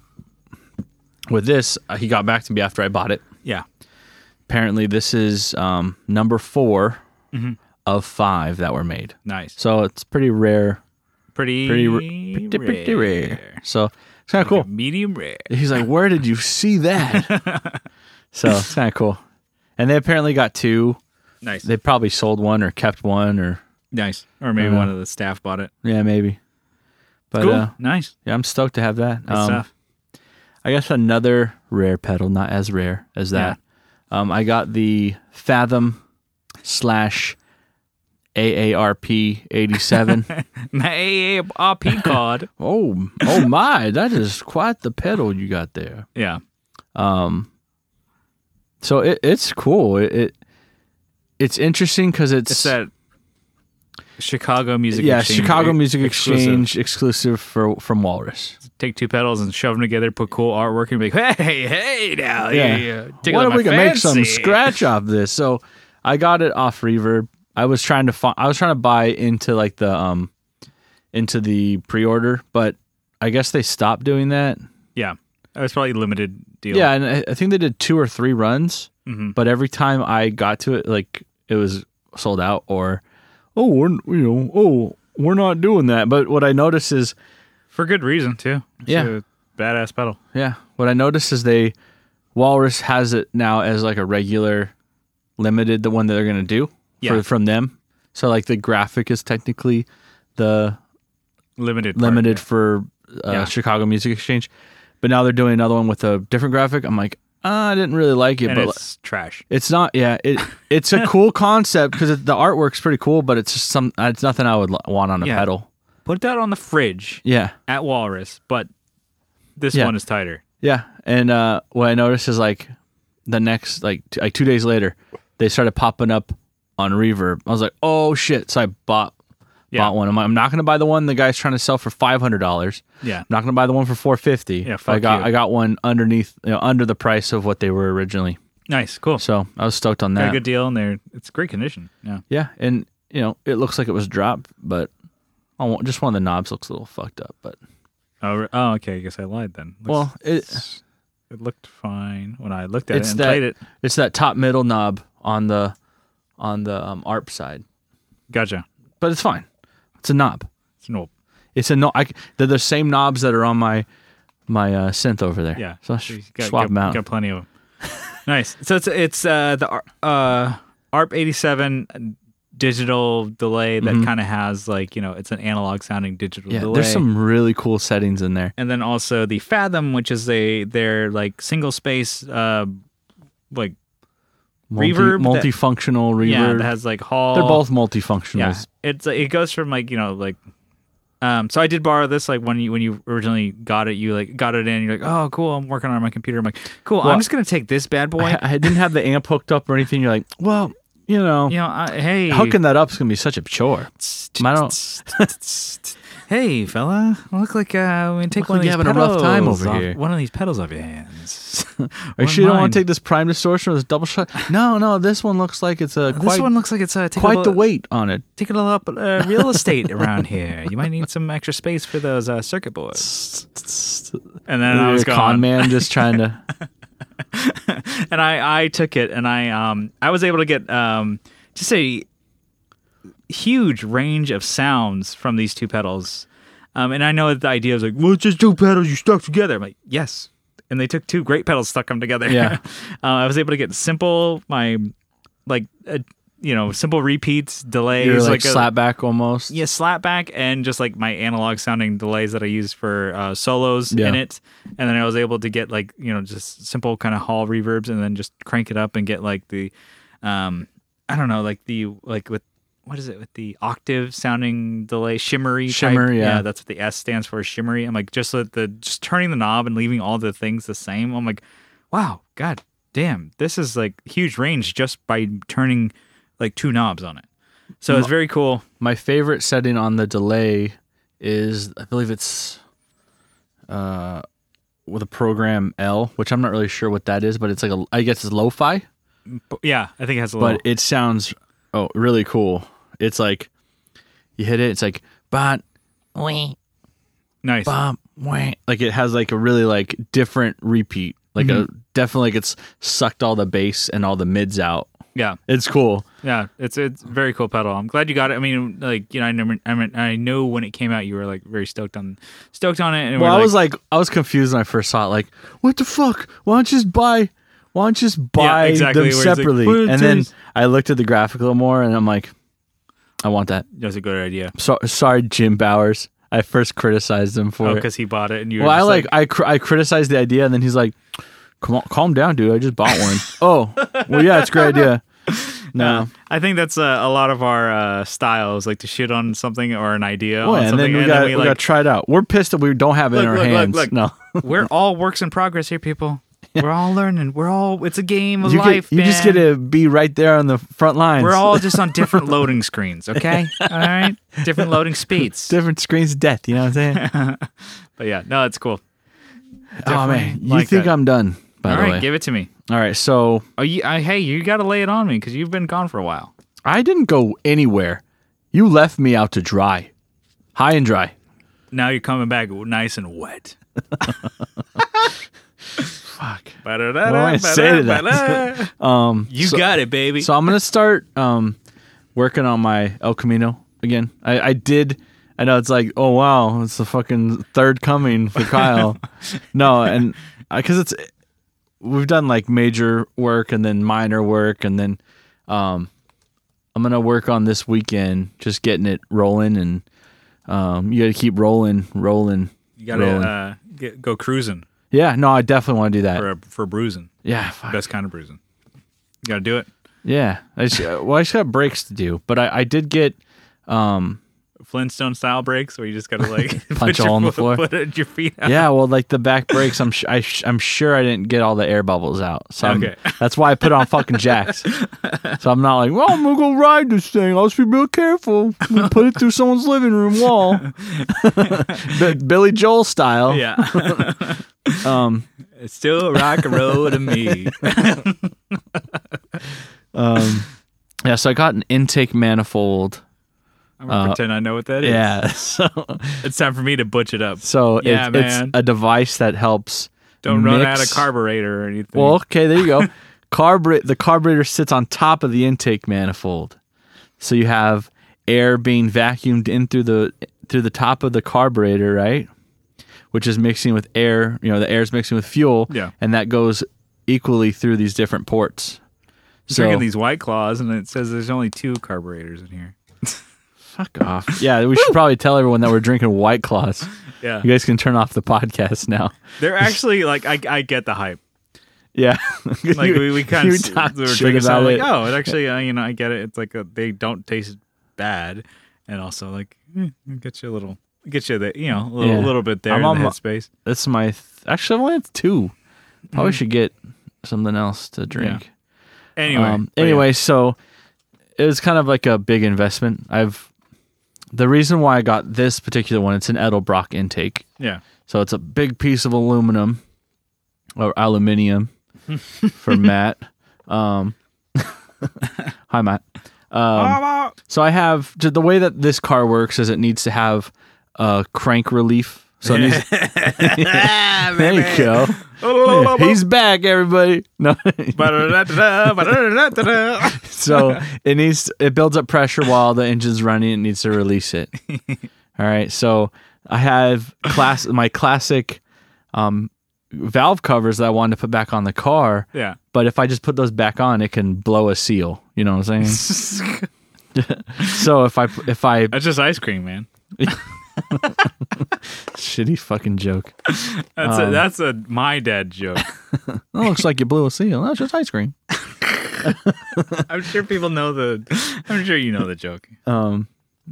Speaker 2: with this, uh, he got back to me after I bought it.
Speaker 1: Yeah.
Speaker 2: Apparently, this is um, number 4
Speaker 1: Mm-hmm.
Speaker 2: of five that were made.
Speaker 1: Nice.
Speaker 2: So it's pretty rare.
Speaker 1: Pretty.
Speaker 2: Pretty, r- pretty, pretty rare. So it's kind of cool.
Speaker 1: Medium rare.
Speaker 2: He's like, "Where did you see [laughs] that?" so it's kind of cool. And they apparently got two.
Speaker 1: Nice.
Speaker 2: They probably sold one or kept one or
Speaker 1: nice. Or maybe
Speaker 2: Uh,
Speaker 1: one of the staff bought it.
Speaker 2: yeah, maybe. But
Speaker 1: cool.
Speaker 2: uh,
Speaker 1: nice.
Speaker 2: yeah, I'm stoked to have that. Um,
Speaker 1: Good stuff.
Speaker 2: I guess another rare pedal, not as rare as that. Um, I got the Fathom slash AARP eighty [laughs] seven.
Speaker 1: My
Speaker 2: [laughs]
Speaker 1: AARP card.
Speaker 2: oh, oh my! That is quite the pedal you got there.
Speaker 1: yeah.
Speaker 2: Um, so it, it's cool. It, it it's interesting because it's,
Speaker 1: It's that Chicago Music
Speaker 2: yeah
Speaker 1: Exchange.
Speaker 2: Chicago
Speaker 1: right?
Speaker 2: Music
Speaker 1: Exclusive.
Speaker 2: Exchange exclusive for from Walrus.
Speaker 1: Take two pedals and shove them together, put cool artwork, and be like, hey, hey, now. Yeah.
Speaker 2: What if we can make some scratch off this? So I got it off Reverb, I was trying to find. I was trying to buy into like the um into the pre-order, but I guess they stopped doing that.
Speaker 1: Yeah, it was probably a limited deal.
Speaker 2: Yeah, and I, I think they did two or three runs,
Speaker 1: hmm
Speaker 2: but every time I got to it, like it was sold out, or oh, we're you know, oh, we're not doing that. But what I noticed is,
Speaker 1: for good reason too. It's
Speaker 2: Yeah.
Speaker 1: a badass pedal.
Speaker 2: yeah, what I noticed is they Walrus has it now as like a regular limited, the one that they're gonna do
Speaker 1: Yeah.
Speaker 2: for, from them. So like the graphic is technically the
Speaker 1: Limited. part.
Speaker 2: limited for uh,
Speaker 1: Yeah.
Speaker 2: Chicago Music Exchange, but now they're doing another one with a different graphic. I'm like, ah, I didn't really like it,
Speaker 1: and
Speaker 2: but it's,
Speaker 1: it's trash.
Speaker 2: not. Yeah,
Speaker 1: [laughs]
Speaker 2: it it's a cool concept because the artwork's pretty cool, but it's just some. It's nothing I would l- want on a
Speaker 1: Yeah.
Speaker 2: pedal.
Speaker 1: Put that on the fridge
Speaker 2: Yeah,
Speaker 1: at Walrus, but this
Speaker 2: Yeah.
Speaker 1: one is tighter.
Speaker 2: yeah. And uh, what I noticed is like the next like t- like two days later, they started popping up on Reverb. I was like, oh shit! So I bought.
Speaker 1: Yeah.
Speaker 2: Bought one. I'm, I'm not going to buy the one the guy's trying to sell for five hundred dollars.
Speaker 1: Yeah.
Speaker 2: I'm not gonna buy the one for 450.
Speaker 1: Yeah,
Speaker 2: I
Speaker 1: fuck
Speaker 2: got
Speaker 1: you.
Speaker 2: I got one underneath you know, under the price of what they were originally.
Speaker 1: Nice. Cool.
Speaker 2: So I was stoked on
Speaker 1: Got a
Speaker 2: that.
Speaker 1: good deal, and they're it's great condition. Yeah.
Speaker 2: Yeah, and you know it looks like it was dropped, but I want, just one of the knobs looks a little fucked up. But
Speaker 1: Oh, re- oh okay. I guess I lied then. Looks-
Speaker 2: well, it,
Speaker 1: it's- it looked fine when I looked at
Speaker 2: It's
Speaker 1: it and
Speaker 2: that-
Speaker 1: played it.
Speaker 2: it's that top middle knob on the on the um, ARP side,
Speaker 1: Gotcha.
Speaker 2: but it's fine. It's a knob.
Speaker 1: It's an old-
Speaker 2: It's a no. I, c- they're the same knobs that are on my my uh, synth over there.
Speaker 1: Yeah.
Speaker 2: so I
Speaker 1: So
Speaker 2: sh-
Speaker 1: you got,
Speaker 2: swap
Speaker 1: got,
Speaker 2: them out.
Speaker 1: Got plenty of them. nice. So it's it's uh, the Ar- uh, ARP eighty seven digital delay that kind of has like you know it's an analog sounding digital
Speaker 2: Mm-hmm. yeah,
Speaker 1: delay.
Speaker 2: there's some really cool settings in there.
Speaker 1: and then also the Fathom, which is a their like single space uh like
Speaker 2: Multi,
Speaker 1: Reverb that-
Speaker 2: multifunctional reverb.
Speaker 1: yeah that has like hall.
Speaker 2: They're both multifunctional.
Speaker 1: yeah. It's it goes from like you know like. Um, so I did borrow this like when you when you originally got it you like got it in you're like oh cool I'm working on my computer I'm like cool
Speaker 2: Well,
Speaker 1: I'm just gonna take this bad boy
Speaker 2: [laughs] I, I didn't have the amp hooked up or anything. You're like, well, you know,
Speaker 1: you know I, hey
Speaker 2: hooking that up is gonna be such a chore. I [laughs]
Speaker 1: hey, fella, look like uh, we take
Speaker 2: Look
Speaker 1: one
Speaker 2: like
Speaker 1: of
Speaker 2: you're
Speaker 1: these
Speaker 2: having a rough
Speaker 1: pedals
Speaker 2: time over
Speaker 1: off-
Speaker 2: here.
Speaker 1: One of these pedals off your hands. [laughs]
Speaker 2: Are you sure you don't want to take this prime distortion or this double shot? No, no, this one looks like it's a
Speaker 1: this
Speaker 2: quite
Speaker 1: one? Looks like it's uh, taking a
Speaker 2: quite the
Speaker 1: little,
Speaker 2: weight on it.
Speaker 1: taking a little up, uh, real estate around here. You might need some extra space for those uh, circuit
Speaker 2: [laughs]
Speaker 1: boards. And then I
Speaker 2: You're
Speaker 1: was
Speaker 2: a con
Speaker 1: gone.
Speaker 2: man just trying to.
Speaker 1: [laughs] and I, I took it and I um I was able to get um just a huge range of sounds from these two pedals. Um, and I know that the idea was like, well, it's just two pedals you stuck together. I'm like, yes. And they took two great pedals, stuck them together.
Speaker 2: Yeah.
Speaker 1: [laughs] uh, I was able to get simple, my like, uh, you know, simple repeats, delays,
Speaker 2: You're like,
Speaker 1: a-
Speaker 2: slap back almost.
Speaker 1: yeah, slapback and just like my analog sounding delays that I use for uh, solos
Speaker 2: Yeah.
Speaker 1: in it. And then I was able to get like, you know, just simple kind of hall reverbs and then just crank it up and get like the, um, I don't know, like the, like with, what is it with the octave sounding delay shimmery type-
Speaker 2: Shimmer, yeah.
Speaker 1: that's what the s stands for shimmery i'm like just so that the just turning the knob and leaving all the things the same i'm like wow god damn this is like huge range just by turning like two knobs on it so it's very cool
Speaker 2: My favorite setting on the delay is I believe it's uh with a program L, which I'm not really sure what that is, but it's like a I guess it's lo-fi.
Speaker 1: Oh. But yeah, I think it has a little.
Speaker 2: but it sounds oh really cool. It's like you hit it, it's like bot wait
Speaker 1: nice.
Speaker 2: bop wait like it has like a really like different repeat. Like
Speaker 1: Mm-hmm.
Speaker 2: a definitely like it's sucked all the bass and all the mids out.
Speaker 1: Yeah,
Speaker 2: It's cool.
Speaker 1: yeah. It's it's a very cool pedal. I'm glad you got it. I mean, like you know, I never, I mean, I know when it came out, you were like very stoked on, stoked on it. And
Speaker 2: Well,
Speaker 1: we're
Speaker 2: I was like I was confused when I first saw it. Like what the fuck? Why don't you just buy? Why don't you just buy
Speaker 1: exactly,
Speaker 2: them
Speaker 1: where it's like,
Speaker 2: separately?
Speaker 1: "Well,
Speaker 2: and then
Speaker 1: it's-
Speaker 2: I looked at the graphic a little more, and I'm like, I want that.
Speaker 1: that's a good idea.
Speaker 2: So, sorry, Jim Bowers. I first criticized him for
Speaker 1: Oh,
Speaker 2: it.
Speaker 1: because he bought it, and you. Were
Speaker 2: Well, I
Speaker 1: just
Speaker 2: like, I cr- I criticized the idea, and then he's like, "Come on, calm down, dude. I just bought
Speaker 1: [laughs]
Speaker 2: one." oh, well, yeah, it's a great idea. No,
Speaker 1: I think that's uh, a lot of our uh, styles, like to shit on something or an idea.
Speaker 2: Well,
Speaker 1: on
Speaker 2: and
Speaker 1: something,
Speaker 2: then we
Speaker 1: and
Speaker 2: got
Speaker 1: then
Speaker 2: we
Speaker 1: like,
Speaker 2: got tried out. We're pissed that we don't have it in our
Speaker 1: Look, look, look,
Speaker 2: hands.
Speaker 1: look. [laughs]
Speaker 2: No,
Speaker 1: we're all works in progress here, people.
Speaker 2: [laughs]
Speaker 1: We're all learning. We're all. It's a game of
Speaker 2: you,
Speaker 1: life.
Speaker 2: get, you just get
Speaker 1: man.
Speaker 2: to be right there on the front lines.
Speaker 1: We're all just on
Speaker 2: [laughs]
Speaker 1: different loading screens, okay? All right, different loading speeds.
Speaker 2: [laughs] different screens. of Death. You know what I'm
Speaker 1: [laughs]
Speaker 2: saying?
Speaker 1: But yeah, no, it's cool.
Speaker 2: oh
Speaker 1: Definitely
Speaker 2: man, you
Speaker 1: like
Speaker 2: think
Speaker 1: that.
Speaker 2: I'm done? By
Speaker 1: All
Speaker 2: the
Speaker 1: right,
Speaker 2: way.
Speaker 1: give it to me.
Speaker 2: all right, so
Speaker 1: Oh, you, I, hey, you got to lay it on me because you've been gone for a while.
Speaker 2: I didn't go anywhere. You left me out to dry, high and dry.
Speaker 1: Now you're coming back nice and wet.
Speaker 2: Fuck.
Speaker 1: What do I
Speaker 2: I say to that? [laughs] Um,
Speaker 1: You
Speaker 2: so,
Speaker 1: got it, baby.
Speaker 2: so I'm gonna start um, working on my El Camino again. I, I did. I know it's like, oh wow, it's the fucking third coming
Speaker 1: [laughs]
Speaker 2: for Kyle. no, and because it's we've done like major work and then minor work and then um, I'm gonna work on this weekend, just getting it rolling and um, you got to keep rolling, rolling,
Speaker 1: you gotta
Speaker 2: rolling.
Speaker 1: uh, get, go cruising
Speaker 2: yeah, no, I definitely want to do that.
Speaker 1: for for bruising.
Speaker 2: yeah, fuck.
Speaker 1: Best kind of bruising. You gotta do it.
Speaker 2: Yeah, I just, uh, well, I just got breaks to do, but I, I did get um
Speaker 1: Flintstone style breaks where you just gotta like [laughs]
Speaker 2: Punch a hole in the floor.
Speaker 1: put your feet out.
Speaker 2: yeah, well, like the back breaks, I'm sh- I sh- I'm sure I didn't get all the air bubbles out, so I'm-
Speaker 1: Okay. [laughs]
Speaker 2: that's why I put on fucking jacks. so I'm not like, well, I'm gonna go ride this thing. I'll just be real careful. I'm gonna put it through someone's living
Speaker 1: [laughs]
Speaker 2: room wall, B- Billy Joel style.
Speaker 1: Yeah.
Speaker 2: [laughs] Um,
Speaker 1: it's still rock and roll to me.
Speaker 2: um, yeah. So I got an intake manifold.
Speaker 1: I'm gonna
Speaker 2: [laughs] Uh,
Speaker 1: pretend I know what that is.
Speaker 2: Yeah. [laughs] So
Speaker 1: It's time for me to butch it up.
Speaker 2: so
Speaker 1: Yeah,
Speaker 2: it's, it's
Speaker 1: man.
Speaker 2: a device that helps.
Speaker 1: Don't run out of
Speaker 2: mix-
Speaker 1: carburetor or anything.
Speaker 2: Well, okay, there you go. [laughs] Carburet the carburetor sits on top of the intake manifold. So you have air being vacuumed in through the through the top of the carburetor, right? Which is mixing with air, you know, the air is mixing with fuel
Speaker 1: Yeah.
Speaker 2: and that goes equally through these different ports.
Speaker 1: I'm
Speaker 2: So
Speaker 1: drinking these white claws and it says there's only two carburetors in here.
Speaker 2: fuck off. Yeah, we should probably tell everyone that we're drinking white claws.
Speaker 1: Yeah.
Speaker 2: You guys can turn off the podcast now. [laughs]
Speaker 1: They're actually like I, I get the hype.
Speaker 2: Yeah. [laughs]
Speaker 1: Like we, we kind
Speaker 2: you
Speaker 1: of we were
Speaker 2: talked shit
Speaker 1: drinking some,
Speaker 2: about
Speaker 1: like
Speaker 2: it.
Speaker 1: oh it actually uh, you know I get it. It's like a, they don't taste bad and also like eh, it gets you a little it gets you the you know a little,
Speaker 2: Yeah.
Speaker 1: little bit there
Speaker 2: I'm
Speaker 1: in
Speaker 2: on
Speaker 1: the
Speaker 2: my-
Speaker 1: headspace.
Speaker 2: This is my th- actually I only have two. Probably
Speaker 1: Hmm.
Speaker 2: should get something else to drink.
Speaker 1: Anyway,
Speaker 2: um,
Speaker 1: but yeah.
Speaker 2: anyway, so it was kind of like a big investment. I've the reason why I got this particular one. It's an Edelbrock intake,
Speaker 1: yeah.
Speaker 2: so it's a big piece of aluminum or
Speaker 1: [laughs]
Speaker 2: aluminium for Matt. Um, [laughs] hi, Matt. Um, so I have the way that this car works is it needs to have a crank relief. So
Speaker 1: [laughs]
Speaker 2: it needs, there you go. [laughs]
Speaker 1: [laughs]
Speaker 2: He's back, everybody. [laughs] No, so it needs it builds up pressure while the engine's running. It needs to release [laughs] it. All right. So I have class my classic um, valve covers that I wanted to put back on the car,
Speaker 1: [laughs] yeah.
Speaker 2: but if I just put those back on, it can blow a seal. You know what I'm [laughs] saying? so if I if I
Speaker 1: That's just ice cream, man.
Speaker 2: shitty fucking joke.
Speaker 1: That's a, that's a my dad joke.
Speaker 2: That looks like you blew a seal. That's just ice cream.
Speaker 1: [laughs] I'm sure people know the. I'm sure you know the joke.
Speaker 2: Um,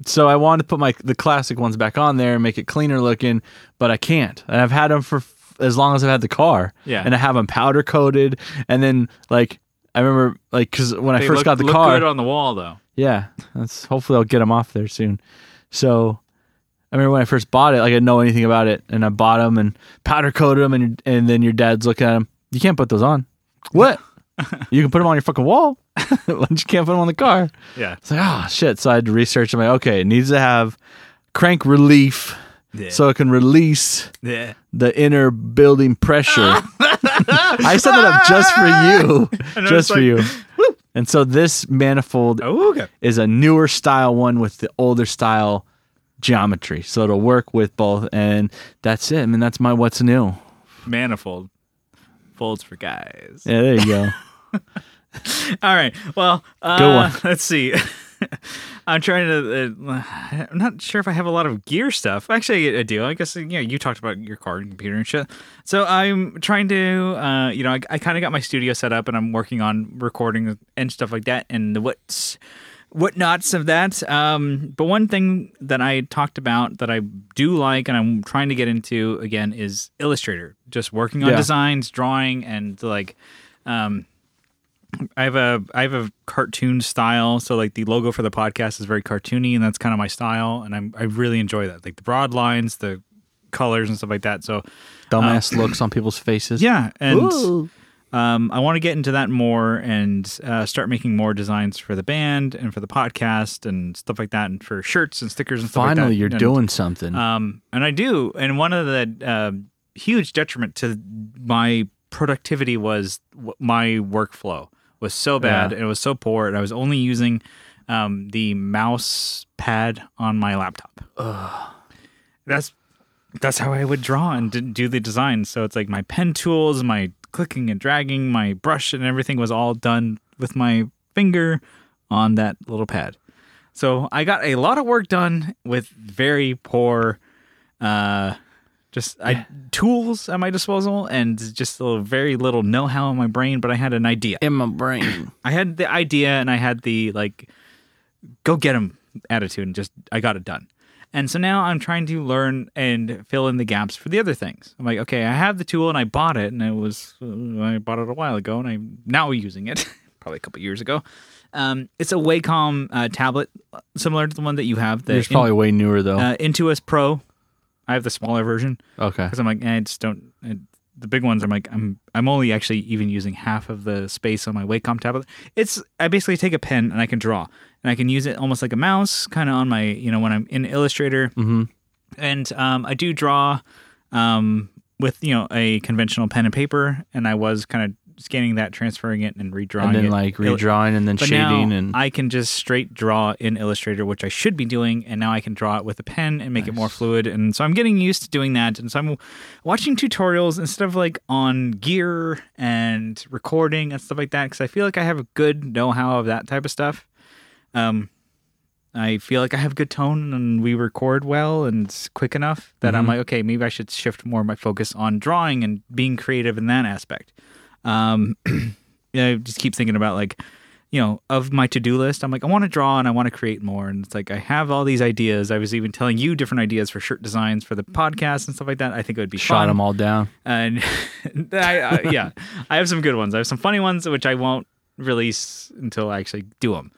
Speaker 2: so I wanted to put my the classic ones back on there and make it cleaner looking, but I can't. And I've had them for f- as long as I've had the car.
Speaker 1: Yeah.
Speaker 2: And I have them powder coated, and then like I remember like because when I
Speaker 1: They
Speaker 2: first
Speaker 1: look-
Speaker 2: got the
Speaker 1: look
Speaker 2: car,
Speaker 1: good on the wall though.
Speaker 2: yeah, that's hopefully I'll get them off there soon. So I remember when I first bought it, like I didn't know anything about it, and I bought them and powder coated them, and and then your dad's looking at them. You can't put those on.
Speaker 1: [laughs]
Speaker 2: What? you can put them on your fucking wall, [laughs] but you can't put them on the car.
Speaker 1: Yeah.
Speaker 2: It's like, oh shit. So I had to research. I'm like, okay, it needs to have crank relief so it can release
Speaker 1: yeah.
Speaker 2: the inner building pressure.
Speaker 1: [laughs]
Speaker 2: I set that up just for [laughs] you.
Speaker 1: know,
Speaker 2: Just
Speaker 1: it's
Speaker 2: for
Speaker 1: like, [laughs]
Speaker 2: you. And so this manifold
Speaker 1: Oh, okay.
Speaker 2: is a newer style one with the older style geometry. So it'll work with both. And that's it. I mean, that's my what's new.
Speaker 1: Manifold folds for guys.
Speaker 2: Yeah, there
Speaker 1: [laughs]
Speaker 2: you go.
Speaker 1: Uh, All right. Well, uh,
Speaker 2: Go on.
Speaker 1: [laughs] Let's see. I'm trying to. Uh, I'm not sure if I have a lot of gear stuff. Actually, I do. I guess you know you talked about your car and computer and shit. So I'm trying to. Uh, you know, I, I kind of got my studio set up, and I'm working on recording and stuff like that, and the what's whatnots of that. Um, but one thing that I talked about that I do like, and I'm trying to get into again, is Illustrator. Just working on
Speaker 2: Yeah.
Speaker 1: designs, drawing, and like. Um, I have a I have a cartoon style, so like the logo for the podcast is very cartoony, and that's kind of my style, and I'm I really enjoy that, like the broad lines, the colors, and stuff like that. So
Speaker 2: Dumbass looks on people's faces.
Speaker 1: yeah, and Um, I want to get into that more and uh, start making more designs for the band and for the podcast and stuff like that, and for shirts and stickers and stuff. like that.
Speaker 2: Finally, you're
Speaker 1: And,
Speaker 2: doing something.
Speaker 1: Um, and I do. And one of the um huge detriment to my productivity was w- my workflow was so bad
Speaker 2: Yeah.
Speaker 1: and it was so poor, and I was only using um, the mouse pad on my laptop. That's that's how I would draw and d- do the design. So it's like my pen tools, my clicking and dragging, my brush, and everything was all done with my finger on that little pad. So I got a lot of work done with very poor, uh, just I, tools at my disposal and just a little, very little know-how in my brain. But I had an idea.
Speaker 2: in my brain.
Speaker 1: I had the idea and I had the like, go get 'em attitude and just I got it done. And so now I'm trying to learn and fill in the gaps for the other things. I'm like, okay, I have the tool and I bought it and it was uh, I bought it a while ago and I'm now using it, [laughs] probably a couple years ago. Um, it's a Wacom uh, tablet, similar to the one that you have. The
Speaker 2: It's probably way newer though.
Speaker 1: uh, Intuos Pro. I have the smaller version
Speaker 2: okay.
Speaker 1: because I'm like, eh, I just don't. eh, the big ones, I'm like, I'm I'm only actually even using half of the space on my Wacom tablet. It's I basically take a pen and I can draw, and I can use it almost like a mouse, kind of on my you know when I'm in Illustrator, mm-hmm. and um, I do draw um, with you know a conventional pen and paper, and I was kind of scanning that, transferring it, and redrawing
Speaker 2: And then
Speaker 1: it.
Speaker 2: like
Speaker 1: Ill-
Speaker 2: redrawing and then
Speaker 1: but
Speaker 2: shading
Speaker 1: now
Speaker 2: and
Speaker 1: I can just straight draw in Illustrator, which I should be doing, and now I can draw it with a pen and make it more fluid. And so I'm getting used to doing that. And so I'm watching tutorials instead of like on gear and recording and stuff like that because I feel like I have a good know-how of that type of stuff. Um, I feel like I have good tone and we record well and it's quick enough that
Speaker 2: Mm-hmm.
Speaker 1: I'm like, okay, maybe I should shift more of my focus on drawing and being creative in that aspect. Um, [clears throat] yeah, I just keep thinking about like, you know, of my to-do list. I'm like, I want to draw and I want to create more, and it's like I have all these ideas. I was even telling you different ideas for shirt designs for the podcast and stuff like that. I think it would be
Speaker 2: shot
Speaker 1: fun
Speaker 2: them all down.
Speaker 1: and [laughs] I, I yeah, I have some good ones. I have some funny ones which I won't release until I actually do them.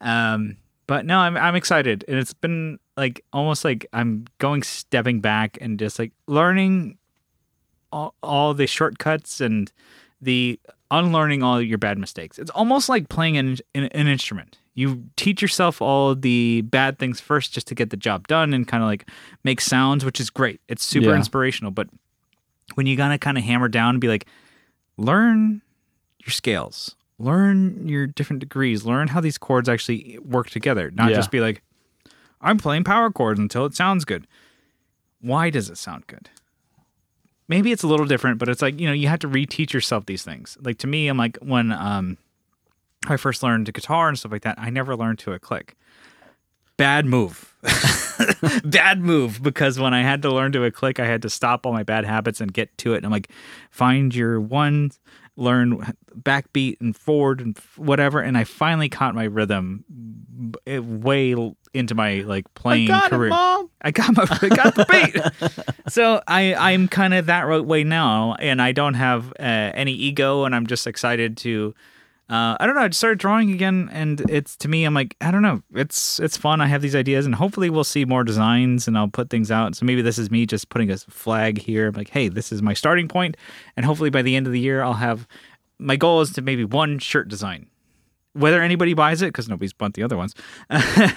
Speaker 1: Um, but no, I'm I'm excited, and it's been like almost like I'm going stepping back and just like learning all, all the shortcuts and the unlearning all your bad mistakes. It's almost like playing an, an, an instrument. You teach yourself all the bad things first just to get the job done and kind of like make sounds, which is great. It's super
Speaker 2: Yeah.
Speaker 1: inspirational, but when you gotta kind of hammer down and be like, learn your scales, learn your different degrees, learn how these chords actually work together, not
Speaker 2: Yeah.
Speaker 1: just be like, I'm playing power chords until it sounds good. Why does it sound good? Maybe it's a little different, but it's like, you know, you have to reteach yourself these things. Like to me, I'm like, when um, I first learned guitar and stuff like that, I never learned to a click. Bad move. [laughs] bad move because when I had to learn to a click, I had to stop all my bad habits and get to it. And I'm like, find your one, learn backbeat and forward and f- whatever. And I finally caught my rhythm b- it- way l- into my like playing career.
Speaker 2: mom.
Speaker 1: I got my I got the beat. so I I'm kind of that ro- way now, and I don't have uh, any ego, and I'm just excited to. Uh, I don't know. I just started drawing again, and it's to me. I'm like, I don't know. It's it's fun. I have these ideas, and hopefully, we'll see more designs, and I'll put things out. So maybe this is me just putting a flag here. I'm like, hey, this is my starting point, and hopefully, by the end of the year, I'll have. My goal is to maybe one shirt design whether anybody buys it because nobody's bought the other ones [laughs] uh,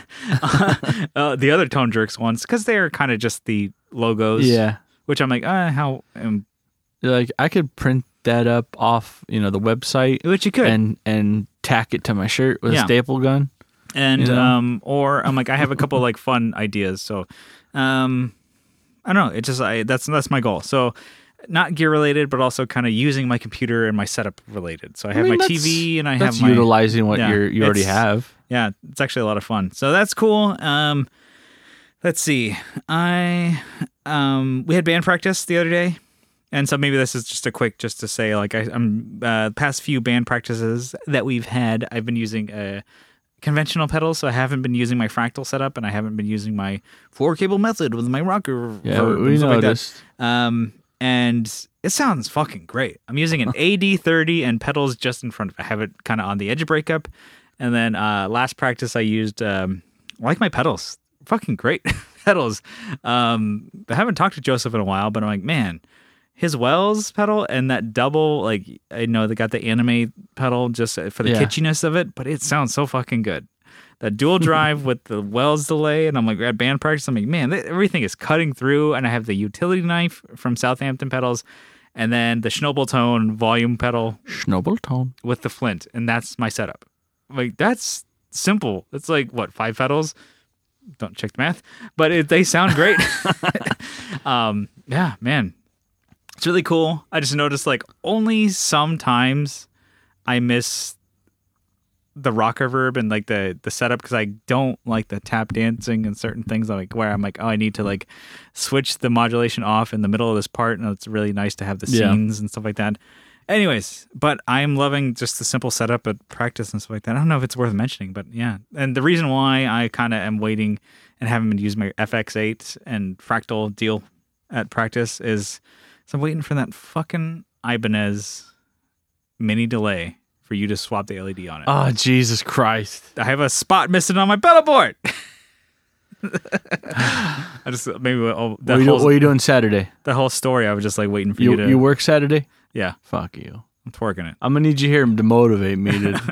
Speaker 1: the other tone jerks ones because they're kind of just the logos
Speaker 2: Yeah.
Speaker 1: which i'm like uh how um,
Speaker 2: You're like I could print that up off, you know, the website
Speaker 1: which you could and,
Speaker 2: and and tack it to my shirt with
Speaker 1: Yeah.
Speaker 2: a staple gun. you know?
Speaker 1: um or i'm like i have a couple like fun ideas so um i don't know it's just i that's that's my goal so not gear related but also kind of using my computer and my setup related so i have
Speaker 2: mean,
Speaker 1: my
Speaker 2: that's-
Speaker 1: tv and i
Speaker 2: That's
Speaker 1: have my
Speaker 2: utilizing what
Speaker 1: yeah,
Speaker 2: you're you already
Speaker 1: it's-
Speaker 2: have.
Speaker 1: yeah, it's actually a lot of fun. So that's cool. Um, let's see. I um, we had band practice the other day, and so maybe this is just a quick just to say like I, I'm uh, past few band practices that we've had. I've been using a conventional pedals, so I haven't been using my fractal setup, and I haven't been using my four cable method with my rocker.
Speaker 2: Yeah,
Speaker 1: verb
Speaker 2: we
Speaker 1: and stuff like that.
Speaker 2: noticed.
Speaker 1: Um, and it sounds fucking great. I'm using an AD30 and pedals just in front of. I have it kind of on the edge of breakup, and then uh, last practice I used um, I like my pedals, [laughs] fucking great pedals. Um, I haven't talked to Joseph in a while, but I'm like, man, his Wells pedal and that double, like I know they got the anime pedal just for the
Speaker 2: Yeah.
Speaker 1: kitschiness of it, but it sounds so fucking good. That dual drive with the Wells delay, and I'm like at band practice, I'm like, man, th- everything is cutting through. And I have the utility knife from Southampton pedals, and then the Schnobel tone volume pedal
Speaker 2: Schnobel tone.
Speaker 1: with the flint, and that's my setup. Like that's simple. It's like what five pedals. Don't check the math, but it, they sound great. [laughs] um, yeah, man, it's really cool. I just noticed like only sometimes I miss the rock reverb and like the the setup because I don't like the tap dancing and certain things like where I'm like oh I need to like switch the modulation off in the middle of this part and it's really nice to have the
Speaker 2: Yeah.
Speaker 1: scenes and stuff like that. Anyways, but I'm loving just the simple setup at practice and stuff like that. I don't know if it's worth mentioning, but yeah. And the reason why I kind of am waiting and haven't been using my FX8 and fractal deal at practice is so I'm waiting for that fucking Ibanez mini delay for you to swap the LED on it.
Speaker 2: Oh Jesus Christ!
Speaker 1: I have a spot missing on my pedal board. [laughs] I just maybe I'll,
Speaker 2: What
Speaker 1: that
Speaker 2: are, you,
Speaker 1: whole
Speaker 2: do- what are you doing Saturday?
Speaker 1: that whole story. I was just like waiting for you,
Speaker 2: You
Speaker 1: to.
Speaker 2: you work Saturday?
Speaker 1: yeah,
Speaker 2: Fuck you.
Speaker 1: I'm twerking it.
Speaker 2: I'm gonna need you here to motivate me.
Speaker 1: [laughs]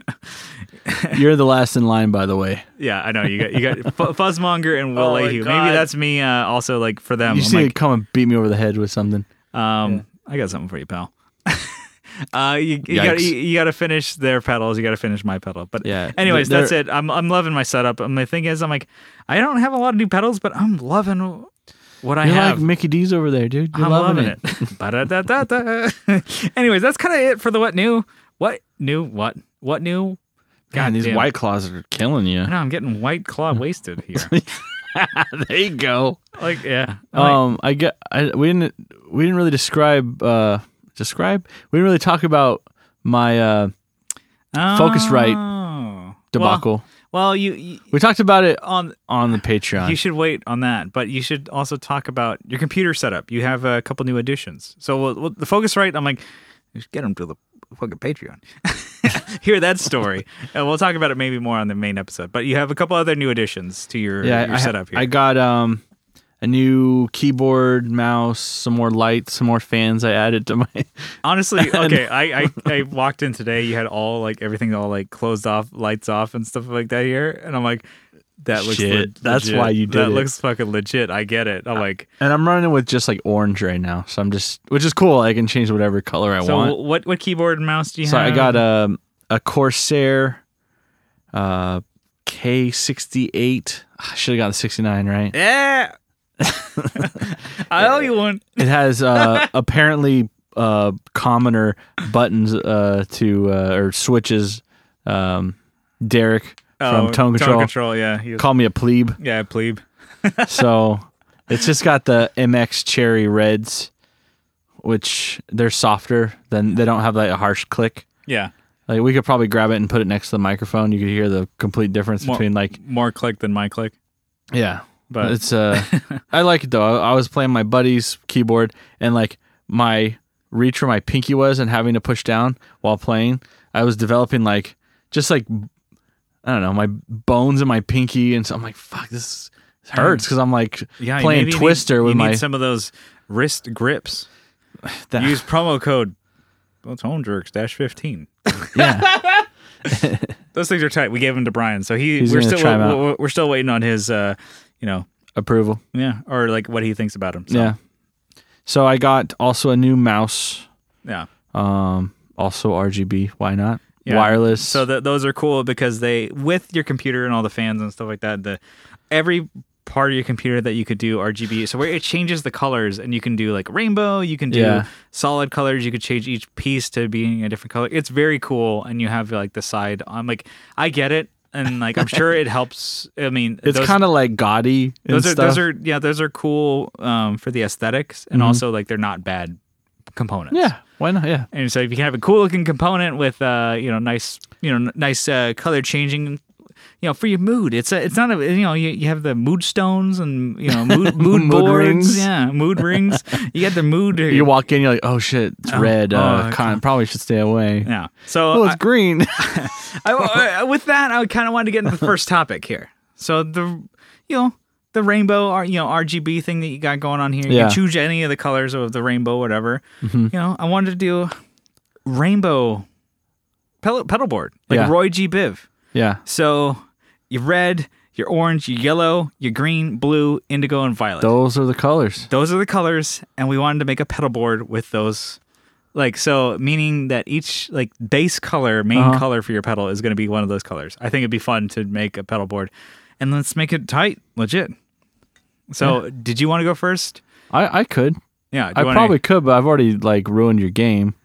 Speaker 2: To... You're the last in line, by the way.
Speaker 1: Yeah, I know you got you got
Speaker 2: [laughs]
Speaker 1: F- Fuzzmonger and Will
Speaker 2: Oh my
Speaker 1: Lehue. Maybe
Speaker 2: God.
Speaker 1: that's me uh, also like for them. I'm
Speaker 2: You just need
Speaker 1: like,
Speaker 2: to come and beat me over the head with something.
Speaker 1: Um, I got something for you, pal. [laughs] uh, you, you
Speaker 2: Yikes.
Speaker 1: got you, you got to finish their pedals. You got to finish my pedal. But
Speaker 2: Yeah,
Speaker 1: anyways,
Speaker 2: they're-
Speaker 1: that's it. I'm I'm loving my setup. And my thing is, I'm like, I don't have a lot of new pedals, but I'm loving what I
Speaker 2: You're
Speaker 1: have.
Speaker 2: like Mickey D's over there, dude. You're
Speaker 1: I'm
Speaker 2: loving,
Speaker 1: loving
Speaker 2: it.
Speaker 1: it. [laughs] Ba-da-da-da-da. [laughs] anyways, that's kind of it for the what new, what new, what what new.
Speaker 2: God, these
Speaker 1: damn.
Speaker 2: white claws are
Speaker 1: [laughs]
Speaker 2: killing you.
Speaker 1: I know I'm getting white claw wasted here.
Speaker 2: [laughs] there you go.
Speaker 1: like yeah, I'm like,
Speaker 2: Um, I get. I we didn't we didn't really describe uh describe. We didn't really talk about my uh Focus Right
Speaker 1: oh.
Speaker 2: debacle.
Speaker 1: Well, well you- you
Speaker 2: we talked about it
Speaker 1: on
Speaker 2: on the Patreon.
Speaker 1: You should wait on that, but you should also talk about your computer setup. You have a couple new additions. So we'll, we'll, the Focusrite, I'm like, just get them to the fucking Patreon. [laughs] Hear that story, and we'll talk about it maybe more on the main episode. But you have a couple other new additions to your,
Speaker 2: yeah,
Speaker 1: your
Speaker 2: I,
Speaker 1: setup here.
Speaker 2: I got um a new keyboard, mouse, some more lights, some more fans. I added to my. [laughs]
Speaker 1: Honestly, okay, I, I I walked in today. You had all like everything all like closed off, lights off, and stuff like that here, and I'm like. That looks
Speaker 2: Shit,
Speaker 1: leg-
Speaker 2: that's
Speaker 1: legit.
Speaker 2: why you did
Speaker 1: That
Speaker 2: it."
Speaker 1: looks fucking legit. I get it. I'm like,
Speaker 2: And I'm running with just like orange right now, so I'm just which is cool. I can change whatever color I
Speaker 1: so
Speaker 2: want.
Speaker 1: what? What keyboard and mouse do you
Speaker 2: So
Speaker 1: have?
Speaker 2: I got a a Corsair uh K68. I should have gotten 69, right? [laughs]
Speaker 1: Yeah. I owe you one.
Speaker 2: It has [laughs] uh apparently uh commoner buttons uh to uh or switches um Derek from Oh, Tone Control
Speaker 1: Oh, yeah. He was,
Speaker 2: called me a plebe.
Speaker 1: yeah, plebe.
Speaker 2: so it's just got the MX Cherry Reds which they're softer than they don't have like a harsh click.
Speaker 1: Yeah.
Speaker 2: Like we could probably grab it and put it next to the microphone. You could hear the complete difference
Speaker 1: More-
Speaker 2: between like
Speaker 1: More click than my click.
Speaker 2: yeah.
Speaker 1: But
Speaker 2: it's uh [laughs] I like it though. I, I was playing my buddy's keyboard and like my reach where my pinky was and having to push down while playing. I was developing like just like I don't know, my bones and my pinky and so I'm like fuck this hurts cuz I'm like
Speaker 1: yeah,
Speaker 2: playing
Speaker 1: maybe you
Speaker 2: Twister
Speaker 1: need,
Speaker 2: with
Speaker 1: you
Speaker 2: my
Speaker 1: need some of those wrist grips.
Speaker 2: [laughs] that-
Speaker 1: Use promo code well, Tone Jerks dash fifteen. [laughs]
Speaker 2: yeah.
Speaker 1: Those things are tight. We gave them to Brian, so he
Speaker 2: He's
Speaker 1: we're
Speaker 2: gonna
Speaker 1: still
Speaker 2: try 'em out.
Speaker 1: we're, we're still waiting on his, uh, you know,
Speaker 2: Approval.
Speaker 1: yeah, or like what he thinks about him. So,
Speaker 2: Yeah. So I got also a new mouse
Speaker 1: yeah.
Speaker 2: um also RGB, why not?
Speaker 1: Yeah.
Speaker 2: Wireless.
Speaker 1: So th- those are cool because they, with your computer and all the fans and stuff like that, the every part of your computer that you could do RGB. So where it changes the colors, and you can do like rainbow, you can do
Speaker 2: Yeah.
Speaker 1: solid colors, you could change each piece to being a different color. It's very cool, and you have like the side. I'm like, I get it, and like I'm sure it helps. I mean,
Speaker 2: it's
Speaker 1: those-
Speaker 2: kind of like gaudy and
Speaker 1: those are
Speaker 2: stuff. Mm-hmm.
Speaker 1: those are yeah those are cool um, for the aesthetics, and also like they're not bad components.
Speaker 2: yeah, why not? Yeah.
Speaker 1: And so if you can have a cool looking component with uh you know nice you know n- nice uh, color changing you know for your mood it's a, it's not a you know you, you have the mood stones and you know
Speaker 2: [laughs]
Speaker 1: mood mood,
Speaker 2: Mood
Speaker 1: boards
Speaker 2: rings.
Speaker 1: yeah mood rings you get the mood
Speaker 2: [laughs] You walk in, you're like, oh shit, it's red.
Speaker 1: oh,
Speaker 2: Uh,
Speaker 1: okay.
Speaker 2: con- probably should stay away.
Speaker 1: yeah so
Speaker 2: Oh,
Speaker 1: [laughs]
Speaker 2: it's green. [laughs]
Speaker 1: I, I- I- with that I kind of wanted to get into the first topic here so the you know the rainbow, R- you know, RGB thing that you got going on here. You
Speaker 2: Yeah. Mm-hmm.
Speaker 1: can choose any of the colors of the rainbow, whatever. You know, I wanted to do rainbow pedal, pedal board, like
Speaker 2: Yeah.
Speaker 1: Roy G. Biv.
Speaker 2: Yeah.
Speaker 1: So your red, your orange, your yellow, your green, blue, indigo, and violet.
Speaker 2: Those are the colors.
Speaker 1: Those are the colors, and we wanted to make a pedal board with those. Like so, meaning that each like base color, main
Speaker 2: Uh-huh.
Speaker 1: color for your pedal is going to be one of those colors. I think it'd be fun to make a pedal board, and let's make it tight, legit. So, did you want to go first?
Speaker 2: I, I could.
Speaker 1: Yeah, do
Speaker 2: I
Speaker 1: you wanna-
Speaker 2: probably could, but I've already like ruined your game.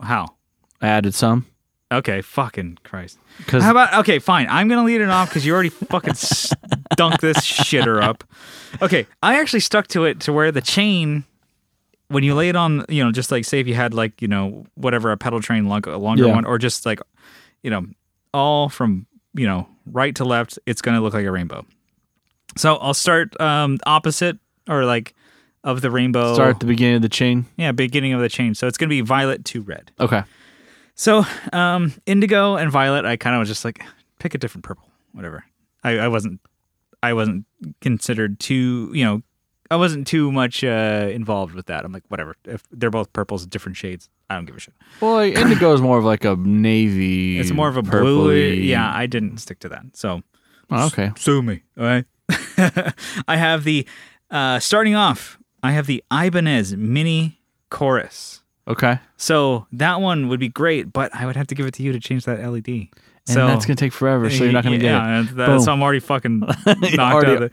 Speaker 1: how.
Speaker 2: I added some
Speaker 1: Okay, fucking Christ.
Speaker 2: because
Speaker 1: How about okay, fine. I'm gonna lead it off because you already fucking stunk this shitter up. Okay, I actually stuck to it to where the chain, when you lay it on, you know, just like say if you had like you know whatever a pedal train long, a longer
Speaker 2: Yeah.
Speaker 1: one, or just like, you know, all from you know right to left, it's gonna look like a rainbow. So I'll start um opposite or like of the rainbow.
Speaker 2: start at the beginning of the chain.
Speaker 1: yeah, beginning of the chain. So it's gonna be violet to red.
Speaker 2: Okay.
Speaker 1: So, um, indigo and violet, I kind of was just like, pick a different purple, whatever. I, I wasn't, I wasn't considered too, you know, I wasn't too much uh, involved with that. I'm like, whatever. If they're both purples, different shades, I don't give a shit.
Speaker 2: Well, like, indigo is more of like a navy.
Speaker 1: It's more of a blue.
Speaker 2: purpley-
Speaker 1: Yeah, I didn't stick to that. So
Speaker 2: Oh, okay.
Speaker 1: sue me. All right. [laughs] I have the uh, starting off. I have the Ibanez mini chorus.
Speaker 2: Okay.
Speaker 1: So that one would be great, but I would have to give it to you to change that E LED. And
Speaker 2: And that's gonna take forever, so you're not gonna get
Speaker 1: yeah, that-
Speaker 2: Boom.
Speaker 1: so I'm already
Speaker 2: [laughs]
Speaker 1: fucking
Speaker 2: it.
Speaker 1: knocked
Speaker 2: You're
Speaker 1: out. of it.
Speaker 2: already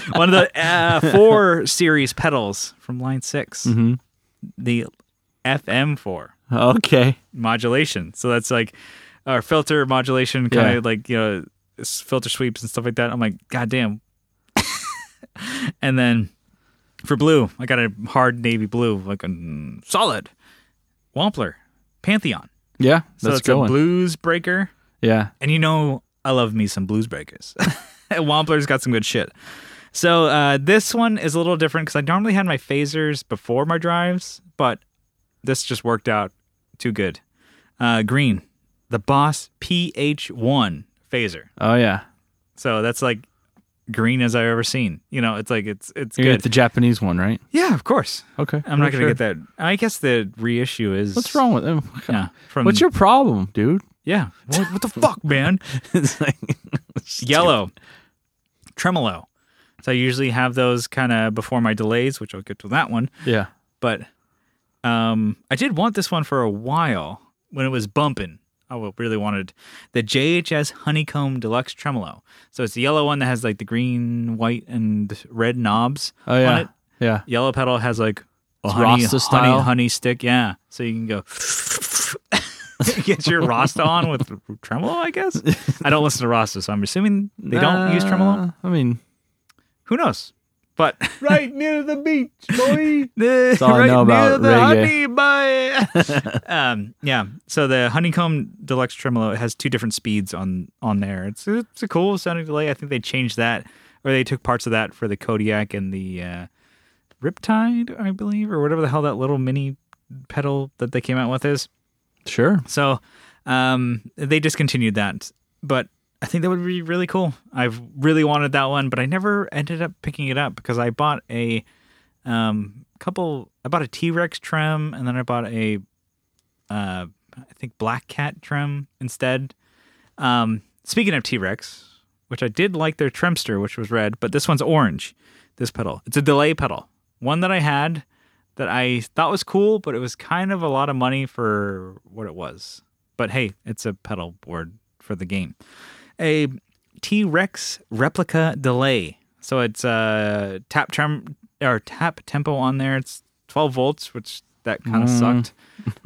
Speaker 2: out. [laughs]
Speaker 1: One of the uh, four series pedals from Line 6
Speaker 2: Mm-hmm.
Speaker 1: the FM4
Speaker 2: [laughs] okay.
Speaker 1: modulation. So that's like our filter modulation, kind
Speaker 2: Yeah.
Speaker 1: of like you know s- filter sweeps and stuff like that. I'm like, god damn. [laughs] and then for blue, I got a hard navy blue, like a mm, solid Wampler Pantheon.
Speaker 2: Yeah.
Speaker 1: So
Speaker 2: That's
Speaker 1: it's
Speaker 2: going.
Speaker 1: a blues breaker.
Speaker 2: yeah.
Speaker 1: And you know, I love me some blues breakers. [laughs] Wampler's got some good shit. So uh, this one is a little different because I normally had my phasers before my drives, but this just worked out too good. Uh, green, the Boss PH1 phaser.
Speaker 2: Oh yeah.
Speaker 1: So that's like green as I've ever seen. You know, it's like it's it's
Speaker 2: You
Speaker 1: good.
Speaker 2: get the Japanese one, right?
Speaker 1: yeah, of course.
Speaker 2: Okay.
Speaker 1: I'm not gonna get that. I guess the reissue is
Speaker 2: What's wrong with them?
Speaker 1: Yeah, from
Speaker 2: What's your problem, dude?
Speaker 1: yeah? What, what the fuck, man?
Speaker 2: [laughs] it's like [laughs]
Speaker 1: yellow tremolo so i usually have those kind of before my delays which i'll get to that one
Speaker 2: Yeah.
Speaker 1: but um i did want this one for a while when it was bumping i wa- really wanted the jhs honeycomb deluxe tremolo so it's the yellow one that has like the green white and red knobs
Speaker 2: Oh
Speaker 1: on
Speaker 2: yeah.
Speaker 1: it
Speaker 2: Yeah.
Speaker 1: yellow pedal has like a
Speaker 2: It's
Speaker 1: honey,
Speaker 2: Rasta
Speaker 1: honey
Speaker 2: style.
Speaker 1: honey stick yeah so you can
Speaker 2: [laughs]
Speaker 1: go [laughs] get your rasta on with tremolo i
Speaker 2: [laughs]
Speaker 1: guess i don't listen to rasta so i'm assuming they don't use tremolo
Speaker 2: Uh, I mean,
Speaker 1: who knows but
Speaker 2: right near the beach,
Speaker 1: [laughs]
Speaker 2: boy.
Speaker 1: that's
Speaker 2: all I know about
Speaker 1: the honey
Speaker 2: [laughs]
Speaker 1: bun.
Speaker 2: reggae.
Speaker 1: um, yeah. So the honeycomb deluxe tremolo it has two different speeds on on there. It's it's a cool sounding delay. I think they changed that, or they took parts of that for the Kodiak and the uh, Riptide, I believe, or whatever the hell that little mini pedal that they came out with is.
Speaker 2: Sure.
Speaker 1: So um, they discontinued that, but I think that would be really cool. I've really wanted that one, but I never ended up picking it up because I bought a um, couple. I bought a T Rex trim, and then I bought a uh, I think Black Cat trim instead. Um, speaking of T Rex, which I did like their Tremster, which was red, but this one's orange. This pedal, it's a delay pedal. One that I had that I thought was cool, but it was kind of a lot of money for what it was. But hey, it's a pedal board for the game. A T Rex replica delay. So it's uh, tap trem or tap tempo on there. It's 12 volts, which that kind of
Speaker 2: Mm. [laughs]
Speaker 1: sucked.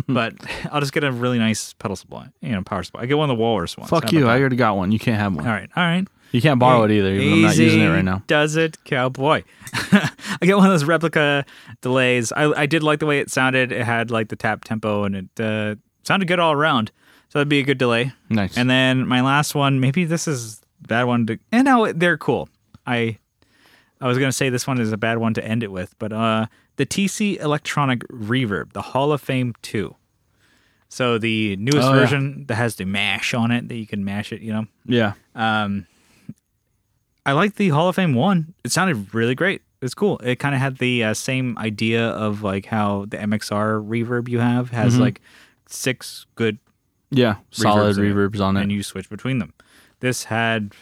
Speaker 1: but I'll just get a really nice pedal supply, you know, power supply. I get one of the Walrus ones. How
Speaker 2: Fuck
Speaker 1: about
Speaker 2: you.
Speaker 1: that?
Speaker 2: I already got one. You can't have one.
Speaker 1: All right, all right.
Speaker 2: You can't borrow it either. Even though I'm not using it
Speaker 1: Easy
Speaker 2: right now.
Speaker 1: Does it, cowboy? [laughs] I get one of those replica delays. I, I did like the way it sounded. It had like the tap tempo and it uh, sounded good all around. So that'd be a good delay.
Speaker 2: Nice.
Speaker 1: And then my last one, maybe this is a bad one to. And no, they're cool. I I was gonna say this one is a bad one to end it with, but uh, the TC Electronic Reverb, the Hall of Fame two. So the newest
Speaker 2: Oh, yeah.
Speaker 1: version that has the mash on it that you can mash it, you know.
Speaker 2: yeah.
Speaker 1: Um, I like the Hall of Fame one. It sounded really great. It's cool. It kind of had the uh, same idea of like how the MXR reverb you have has like six good
Speaker 2: Yeah, solid
Speaker 1: in it,
Speaker 2: reverbs on
Speaker 1: and
Speaker 2: it.
Speaker 1: you switch between them. This had,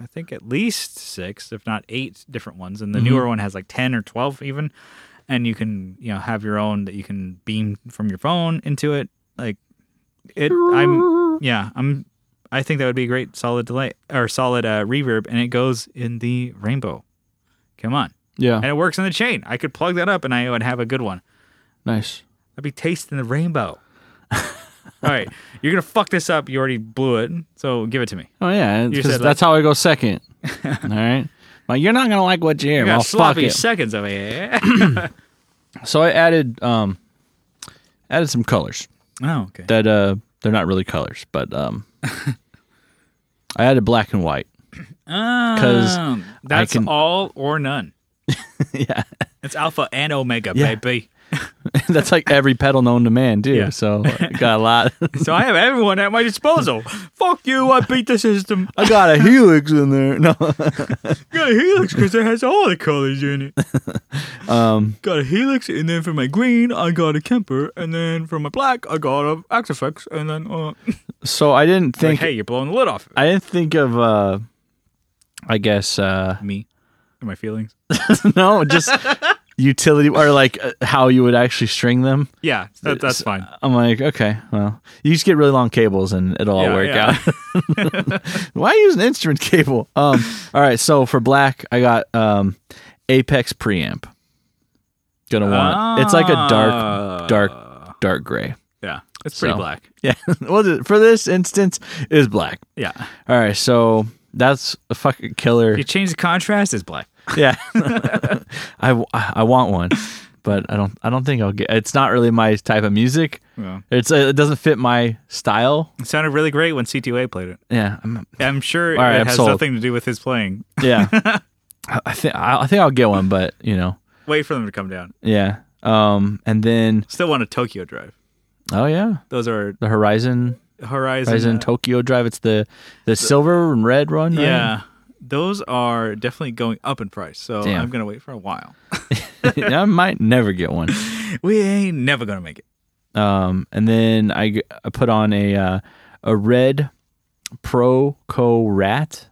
Speaker 1: I think, at least six, if not eight, different ones, and the newer one has like ten or twelve even. And you can, you know, have your own that you can beam from your phone into it. Like it, I'm, yeah, I'm. I think that would be a great solid delay or solid uh, reverb, and it goes in the rainbow. Come on, and
Speaker 2: Yeah,
Speaker 1: it works in the chain. I could plug that up, and I would have a good one.
Speaker 2: nice.
Speaker 1: I'd be tasting the rainbow. [laughs] All right, you're gonna fuck this up. You already blew it, so give it to me.
Speaker 2: Oh yeah,
Speaker 1: You
Speaker 2: because
Speaker 1: said, like-
Speaker 2: that's how I
Speaker 1: [laughs]
Speaker 2: go second. All right, but you're not gonna like what you hear.
Speaker 1: You got
Speaker 2: well, fuck
Speaker 1: sloppy
Speaker 2: it.
Speaker 1: seconds over [clears throat] here.
Speaker 2: so I added um, added some colors
Speaker 1: oh, okay.
Speaker 2: that uh, they're not really colors,
Speaker 1: [laughs]
Speaker 2: but um, I added black and white.
Speaker 1: Because Uh, that's
Speaker 2: can-
Speaker 1: all or none.
Speaker 2: [laughs] yeah,
Speaker 1: It's alpha and omega,
Speaker 2: Yeah.
Speaker 1: baby.
Speaker 2: [laughs] that's like every pedal known to man, too.
Speaker 1: Yeah.
Speaker 2: So I got a lot.
Speaker 1: So I have everyone at my disposal. fuck you! I beat the system.
Speaker 2: [laughs] I got a helix in there. No,
Speaker 1: Got a helix because it has all the colors in
Speaker 2: [laughs]
Speaker 1: it. Um, got a helix, and then for my green, I got a Kemper, and then for my black, I got a Axe Effects, and then uh,
Speaker 2: [laughs] so I didn't
Speaker 1: like,
Speaker 2: think.
Speaker 1: hey, you're blowing the lid off.
Speaker 2: I didn't think of. uh I guess uh [laughs]
Speaker 1: me and my feelings.
Speaker 2: no, just utility or like uh, how you would actually string them.
Speaker 1: Yeah, that, that's fine.
Speaker 2: I'm like, okay, well, you just get really long cables and it'll all
Speaker 1: Yeah,
Speaker 2: work
Speaker 1: yeah.
Speaker 2: out. Why use an instrument cable? Um, all right, so for black, I got um, Apex preamp. Gonna want it's like a dark, dark, dark gray.
Speaker 1: [laughs]
Speaker 2: [laughs]
Speaker 1: Yeah, it's pretty
Speaker 2: So.
Speaker 1: black.
Speaker 2: Yeah, well, th- for this instance, is black.
Speaker 1: Yeah,
Speaker 2: All right, so that's a fucking
Speaker 1: [laughs]
Speaker 2: killer.
Speaker 1: you change the contrast, it's black.
Speaker 2: Yeah, [laughs] I, w- I want one, but I don't I don't think I'll get. It's not really my type of music.
Speaker 1: Yeah.
Speaker 2: It's uh, it doesn't fit my style.
Speaker 1: It sounded really great when C2A played it.
Speaker 2: Yeah, I'm,
Speaker 1: I'm sure
Speaker 2: All right,
Speaker 1: it
Speaker 2: I'm
Speaker 1: has
Speaker 2: sold.
Speaker 1: nothing to do with his playing. [laughs]
Speaker 2: yeah. I- I think I I think I'll get one, but you know,
Speaker 1: Wait for them to come down.
Speaker 2: yeah. Um, and then
Speaker 1: Still want a Tokyo Drive.
Speaker 2: oh yeah,
Speaker 1: Those are
Speaker 2: the Horizon
Speaker 1: Horizon.
Speaker 2: Horizon
Speaker 1: uh,
Speaker 2: Tokyo Drive. It's the the silver and red one. right? [laughs]
Speaker 1: yeah, those are definitely going up in price. So
Speaker 2: Damn.
Speaker 1: I'm gonna wait for a while.
Speaker 2: I might never get one.
Speaker 1: we ain't never gonna make it.
Speaker 2: Um, and then I, g- I put on a uh, a red Pro Co Rat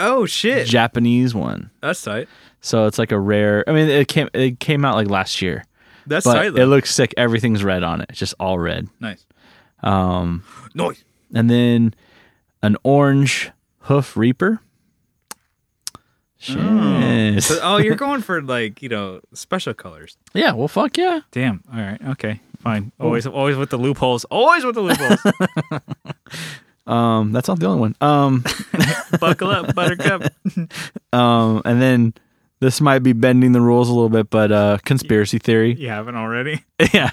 Speaker 1: Oh shit,
Speaker 2: Japanese one.
Speaker 1: that's tight.
Speaker 2: So it's like a rare. I mean, it came it came out like last year,
Speaker 1: That's
Speaker 2: but
Speaker 1: tight.
Speaker 2: it
Speaker 1: Though.
Speaker 2: looks sick. Everything's red on it. It's just all red.
Speaker 1: nice.
Speaker 2: Um,
Speaker 1: Noise.
Speaker 2: and then an orange hoof reaper. Shit.
Speaker 1: So- oh, you're going for like you know special colors.
Speaker 2: Yeah. Well, fuck yeah.
Speaker 1: Damn. All right. Okay. Fine. Always, always with the loopholes. Always with the
Speaker 2: [laughs]
Speaker 1: loopholes.
Speaker 2: Um, that's not the only one. Um, [laughs]
Speaker 1: Buckle up, Buttercup.
Speaker 2: um, and then this might be bending the rules a little bit, but uh, conspiracy theory. [laughs]
Speaker 1: You haven't already.
Speaker 2: Yeah.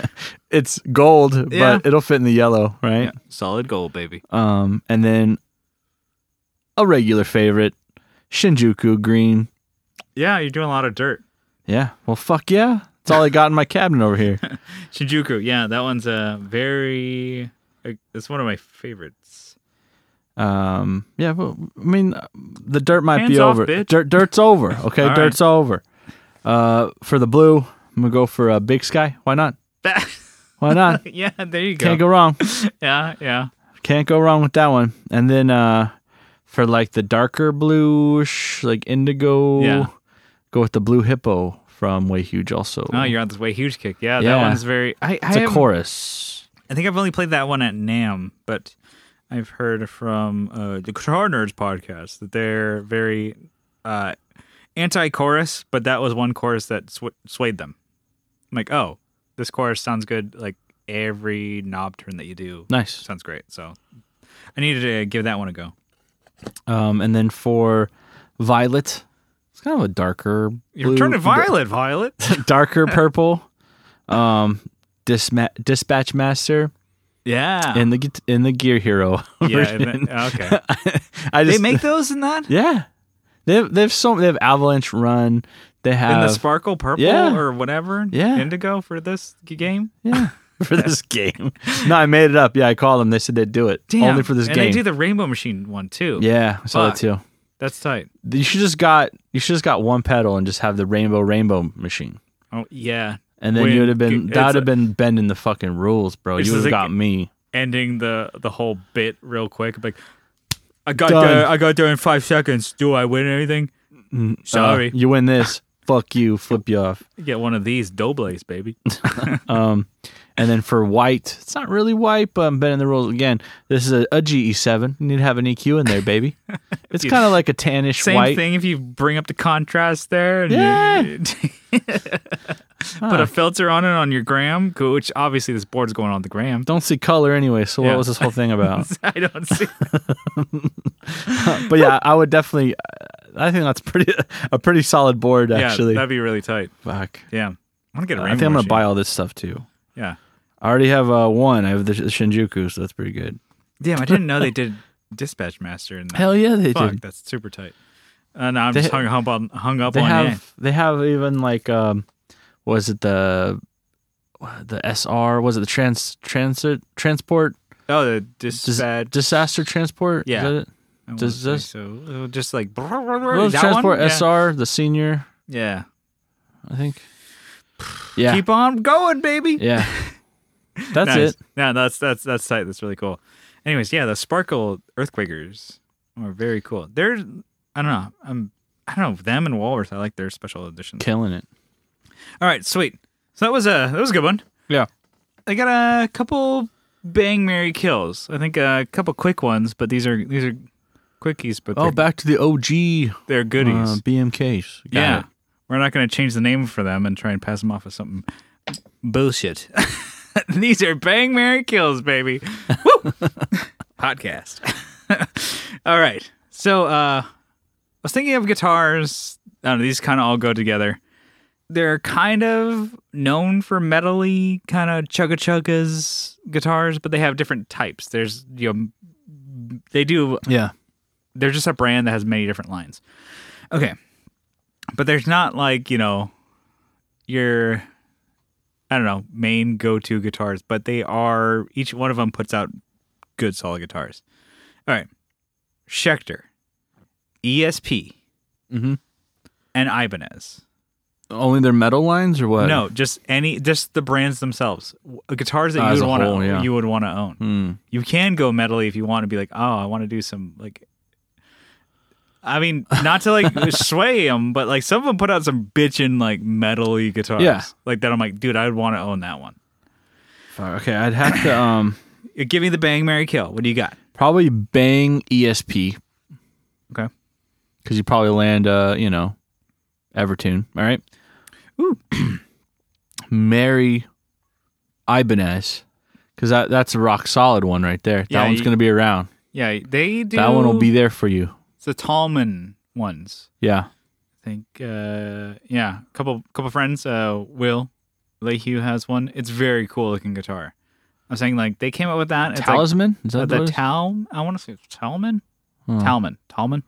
Speaker 2: [laughs] it's gold,
Speaker 1: Yeah.
Speaker 2: but it'll fit in the yellow, right?
Speaker 1: Solid gold, baby.
Speaker 2: Um, and then a regular favorite, Shinjuku green.
Speaker 1: Yeah, you're doing a lot of dirt.
Speaker 2: Yeah. Well, fuck yeah. That's all I got in my cabinet
Speaker 1: [laughs]
Speaker 2: over here.
Speaker 1: Shinjuku. Yeah, that one's a very. It's one of my favorites. [laughs]
Speaker 2: Um, yeah. Well, I mean, the dirt might
Speaker 1: Hands
Speaker 2: be
Speaker 1: off,
Speaker 2: over.
Speaker 1: bitch.
Speaker 2: Dirt, dirt's over.
Speaker 1: [laughs]
Speaker 2: Okay,
Speaker 1: All right.
Speaker 2: dirt's over. Uh, for the blue, I'm gonna go for a big sky. Why not?
Speaker 1: That-
Speaker 2: Why not?
Speaker 1: yeah, there you [laughs] go.
Speaker 2: Can't go wrong.
Speaker 1: Yeah, yeah.
Speaker 2: Can't go wrong with that one. And then uh, for like the darker bluish, like indigo,
Speaker 1: Yeah.
Speaker 2: go with the blue hippo from Way Huge. Also,
Speaker 1: Oh, you're on this way huge kick. Yeah, that
Speaker 2: Yeah.
Speaker 1: one's very. I I,
Speaker 2: it's a
Speaker 1: haven't-
Speaker 2: chorus.
Speaker 1: I think I've only played that one at Nam, but I've heard from uh, the Guitar Nerds podcast that they're very uh, anti-chorus, but that was one chorus that sw- swayed them. I'm like, oh, this chorus sounds good. Like every knob turn that you do
Speaker 2: Nice.
Speaker 1: sounds great. So I needed to give that one a go.
Speaker 2: Um, and then for Violet, it's kind of a darker.
Speaker 1: You're
Speaker 2: blue-
Speaker 1: turning violet, Violet.
Speaker 2: [laughs]
Speaker 1: [laughs]
Speaker 2: darker purple. Um, Disma- Dispatch Master
Speaker 1: yeah.
Speaker 2: in the gu- in the Gear Hero. [laughs]
Speaker 1: yeah. and
Speaker 2: version.
Speaker 1: then-
Speaker 2: [laughs]
Speaker 1: okay.
Speaker 2: I
Speaker 1: They
Speaker 2: just
Speaker 1: make those in that
Speaker 2: yeah. They have, they have so they have Avalanche Run. They
Speaker 1: in the
Speaker 2: have
Speaker 1: sparkle purple
Speaker 2: yeah.
Speaker 1: or whatever.
Speaker 2: Yeah.
Speaker 1: Indigo for this g- game. [laughs]
Speaker 2: yeah for this game. No, I made it up. Yeah, I called them. They said they'd do it
Speaker 1: Damn.
Speaker 2: only for this
Speaker 1: and
Speaker 2: game.
Speaker 1: they do the Rainbow Machine one too.
Speaker 2: yeah, I saw that too.
Speaker 1: That's tight.
Speaker 2: You should just got you should just got one pedal and just have the rainbow rainbow machine.
Speaker 1: Oh yeah.
Speaker 2: And then
Speaker 1: When-
Speaker 2: you would have been
Speaker 1: it's
Speaker 2: that would
Speaker 1: a-
Speaker 2: have been bending the fucking rules, bro.
Speaker 1: It's
Speaker 2: You would
Speaker 1: just
Speaker 2: have
Speaker 1: like-
Speaker 2: got me.
Speaker 1: Ending the the whole bit real quick. Like, I got
Speaker 2: Done.
Speaker 1: there. I got there in five seconds. Do I win anything? Sorry.
Speaker 2: Uh, you win this. Fuck you. Flip you off.
Speaker 1: Get one of these dobles,
Speaker 2: [laughs]
Speaker 1: baby.
Speaker 2: Um, and then for white, it's not really white, but I'm bending the rules again. This is a, a GE7. You need to have an EQ in there,
Speaker 1: [laughs]
Speaker 2: baby. It's kind of like a tannish
Speaker 1: Same
Speaker 2: white.
Speaker 1: thing if you bring up the contrast there. And You, [laughs] put a filter on it on your gram, cool, which obviously this board's going on the gram. [laughs]
Speaker 2: Don't see color anyway. So
Speaker 1: Yeah.
Speaker 2: what was this
Speaker 1: [laughs]
Speaker 2: whole thing about?
Speaker 1: I don't see.
Speaker 2: but yeah, I would definitely. I think that's pretty [laughs] a pretty solid board [laughs] actually.
Speaker 1: yeah, that'd be really tight.
Speaker 2: Fuck.
Speaker 1: Yeah, I'm gonna get a
Speaker 2: I
Speaker 1: rainbow
Speaker 2: think I'm gonna
Speaker 1: machine.
Speaker 2: buy all this stuff too.
Speaker 1: Yeah,
Speaker 2: I already have uh, one. I have the Shinjuku, so that's pretty good.
Speaker 1: damn, I didn't know they did Dispatch Master in that.
Speaker 2: Hell yeah, they
Speaker 1: Fuck,
Speaker 2: did.
Speaker 1: that's super tight. Uh, no, I'm
Speaker 2: They-
Speaker 1: just hung up on hung up
Speaker 2: They
Speaker 1: on
Speaker 2: have
Speaker 1: yeah.
Speaker 2: they have even like um, was it the the SR? Was it the trans transit transport
Speaker 1: Oh, the
Speaker 2: dis-
Speaker 1: dispatch.
Speaker 2: disaster transport?
Speaker 1: Yeah.
Speaker 2: Is that it?
Speaker 1: I wanna
Speaker 2: does
Speaker 1: say
Speaker 2: this-
Speaker 1: so It'll just like that
Speaker 2: Well,
Speaker 1: one?
Speaker 2: transport
Speaker 1: Yeah.
Speaker 2: SR, the senior,
Speaker 1: Yeah.
Speaker 2: I think. Yeah,
Speaker 1: keep on going, baby. [laughs]
Speaker 2: yeah. That's
Speaker 1: nice.
Speaker 2: it.
Speaker 1: No, that's that's that's tight. That's really cool. Anyways, yeah, the Sparkle Earthquakers are very cool. They're I don't know. I'm I don't know them and Walrus. I like their special editions.
Speaker 2: Killing it.
Speaker 1: All right, sweet. So that was a that was a good one.
Speaker 2: Yeah.
Speaker 1: I got a couple bang Mary kills. I think a couple quick ones, but these are these are quickies, but
Speaker 2: Oh,
Speaker 1: they're,
Speaker 2: back to the OG
Speaker 1: they're goodies.
Speaker 2: Uh, BMKs. Got
Speaker 1: yeah,
Speaker 2: it.
Speaker 1: we're not going to change the name for them and try and pass them off as something bullshit. [laughs] These are bang Mary kills, [laughs] baby. Woo! Podcast. [laughs] all right, so uh, I was thinking of guitars. I don't know, these kind of all go together. They're kind of known for metally kind of chugga chuggas guitars, but they have different types. There's you know they do
Speaker 2: Yeah.
Speaker 1: they're just a brand that has many different lines. Okay. But there's not like, you know, your I don't know, main go-to guitars, but they are each one of them puts out good solid guitars. All right. Schecter, ESP,
Speaker 2: Mhm.
Speaker 1: and Ibanez.
Speaker 2: Only their metal lines or what?
Speaker 1: No, just any just the brands themselves. W- Guitars that
Speaker 2: Ah,
Speaker 1: you
Speaker 2: as
Speaker 1: would
Speaker 2: a
Speaker 1: want
Speaker 2: whole,
Speaker 1: to
Speaker 2: yeah.
Speaker 1: you would want to own.
Speaker 2: Hmm.
Speaker 1: You can go metally if you want to be like, oh, I want to do some like. I mean, not to [laughs] like sway them, but like some of them put out some bitchin' like metally guitars.
Speaker 2: Yeah.
Speaker 1: Like that, I'm like, dude, I'd want to own that one.
Speaker 2: Fuck, Okay, I'd have to um
Speaker 1: Give me the bang, Mary kill. What do you got?
Speaker 2: probably bang E ESP
Speaker 1: Okay.
Speaker 2: because you probably land uh you know Evertune. All right.
Speaker 1: Ooh.
Speaker 2: [clears throat] Mary Ibanez because that that's a rock solid one right there. That
Speaker 1: Yeah,
Speaker 2: one's
Speaker 1: you-
Speaker 2: gonna be around.
Speaker 1: Yeah, they do.
Speaker 2: That one will be there for you.
Speaker 1: the Tallman ones.
Speaker 2: Yeah.
Speaker 1: I think. Uh, yeah, couple couple friends. Uh, Will Lehue has one. It's very cool looking guitar. I'm saying like they came up with that. It's like-
Speaker 2: Talisman is
Speaker 1: Uh,
Speaker 2: that
Speaker 1: the
Speaker 2: what it is?
Speaker 1: Tal, I want to say Talman,
Speaker 2: Hmm.
Speaker 1: Talman, Talman.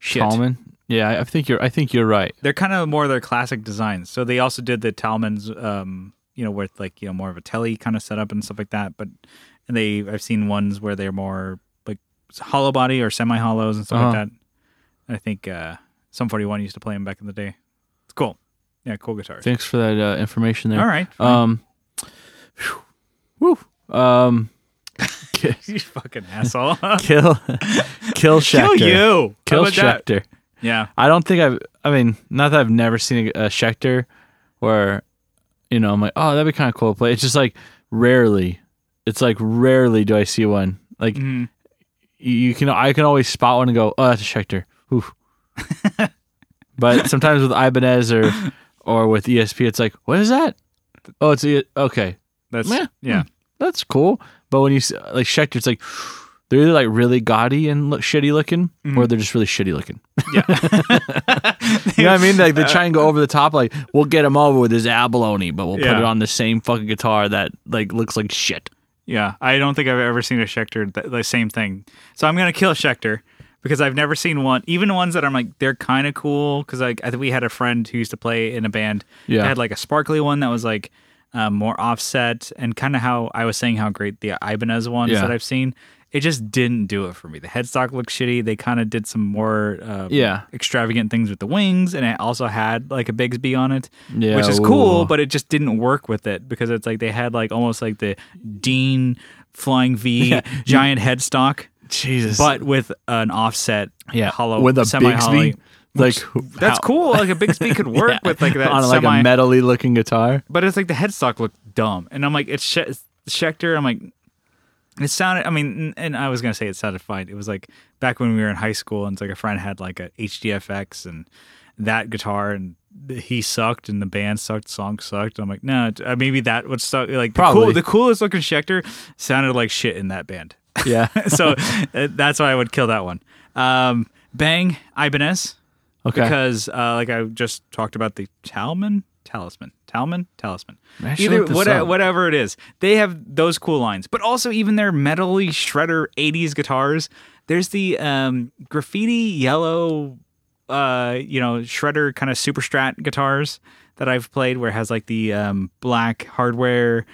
Speaker 1: Shit,
Speaker 2: Talisman? Yeah, I- I think you're I think you're right.
Speaker 1: they're kind of more their classic designs. So they also did the Talmans, um, you know, with like you know more of a telly kind of setup and stuff like that. But and they, I've seen ones where they're more like hollow body or semi hollows and stuff
Speaker 2: Uh-huh.
Speaker 1: like that. And I think uh, some forty one used to play them back in the day. It's cool. Yeah, cool guitar.
Speaker 2: Thanks for that uh, information there.
Speaker 1: All right, [laughs]
Speaker 2: Um, whew, woo. Um, ki-
Speaker 1: you fucking
Speaker 2: [laughs]
Speaker 1: asshole.
Speaker 2: kill, kill
Speaker 1: Kill
Speaker 2: Schecter.
Speaker 1: you. How
Speaker 2: Kill
Speaker 1: about that?
Speaker 2: Schecter.
Speaker 1: Yeah.
Speaker 2: I don't think I've. I mean, not that I've never seen a, a Schecter where, you know, I'm like, oh, that'd be kind of cool to play. It's just like rarely. It's like rarely do I see one. Like
Speaker 1: Mhm.
Speaker 2: you- you can, I can always spot one and go, oh, that's a Schecter. [laughs] Oof. but sometimes with Ibanez or or with ESP, it's like, what is that? Oh, it's a, okay.
Speaker 1: That's
Speaker 2: Meh.
Speaker 1: yeah.
Speaker 2: that's cool. But when you s- like Schecter, it's like they're either like really gaudy and look shitty looking,
Speaker 1: Mm-hmm.
Speaker 2: or they're just really shitty looking. [laughs] You know what I mean? Like they try and go over the top. Like we'll get him over with his abalone, but we'll
Speaker 1: Yeah.
Speaker 2: put it on the same fucking guitar that like looks like shit.
Speaker 1: Yeah, I don't think I've ever seen a Schecter th- the same thing. So I'm gonna kill Schecter because I've never seen one, even ones that I'm like they're kind of cool. Because like I think we had a friend who used to play in a band.
Speaker 2: Yeah.
Speaker 1: that had like a sparkly one that was like uh, um, more offset and kind of how I was saying how great the Ibanez ones
Speaker 2: Yeah.
Speaker 1: that I've seen. it just didn't do it for me. The headstock looked shitty. They kind of did some more uh,
Speaker 2: Yeah.
Speaker 1: extravagant things with the wings, and it also had like a Bigsby on it,
Speaker 2: Yeah,
Speaker 1: which is cool,
Speaker 2: ooh.
Speaker 1: but it just didn't work with it because it's like they had like almost like the Dean flying
Speaker 2: [laughs]
Speaker 1: V giant headstock,
Speaker 2: Jesus.
Speaker 1: but with an offset
Speaker 2: yeah,
Speaker 1: hollow
Speaker 2: with a
Speaker 1: semi-hollow-
Speaker 2: Bigsby, like
Speaker 1: That's
Speaker 2: how-
Speaker 1: cool. Like a Bigsby
Speaker 2: [laughs]
Speaker 1: could work
Speaker 2: Yeah,
Speaker 1: [laughs] with like that
Speaker 2: on like
Speaker 1: semi.
Speaker 2: a metally looking guitar.
Speaker 1: but it's like the headstock looked dumb, and I'm like, it's Sch- Schecter. I'm like, it sounded. I mean, and I was gonna say it sounded fine. It was like back when we were in high school, and it's like a friend had like a HDFX and that guitar, and he sucked, and the band sucked, the song sucked. I'm like, no, it- uh, maybe that would suck. Like the, cool,
Speaker 2: Probably.
Speaker 1: the coolest looking Schecter sounded like shit in that band.
Speaker 2: Yeah.
Speaker 1: [laughs] so uh, that's why I would kill that one. Um, Bang Ibanez
Speaker 2: Okay.
Speaker 1: because uh, like I just talked about the Talman talisman Talman talisman
Speaker 2: Man, I should
Speaker 1: either
Speaker 2: look this
Speaker 1: what,
Speaker 2: up.
Speaker 1: whatever it is they have those cool lines but also even their metally shredder 80s guitars there's the um, graffiti yellow uh, you know shredder kind of super strat guitars that I've played where it has like the um, black hardware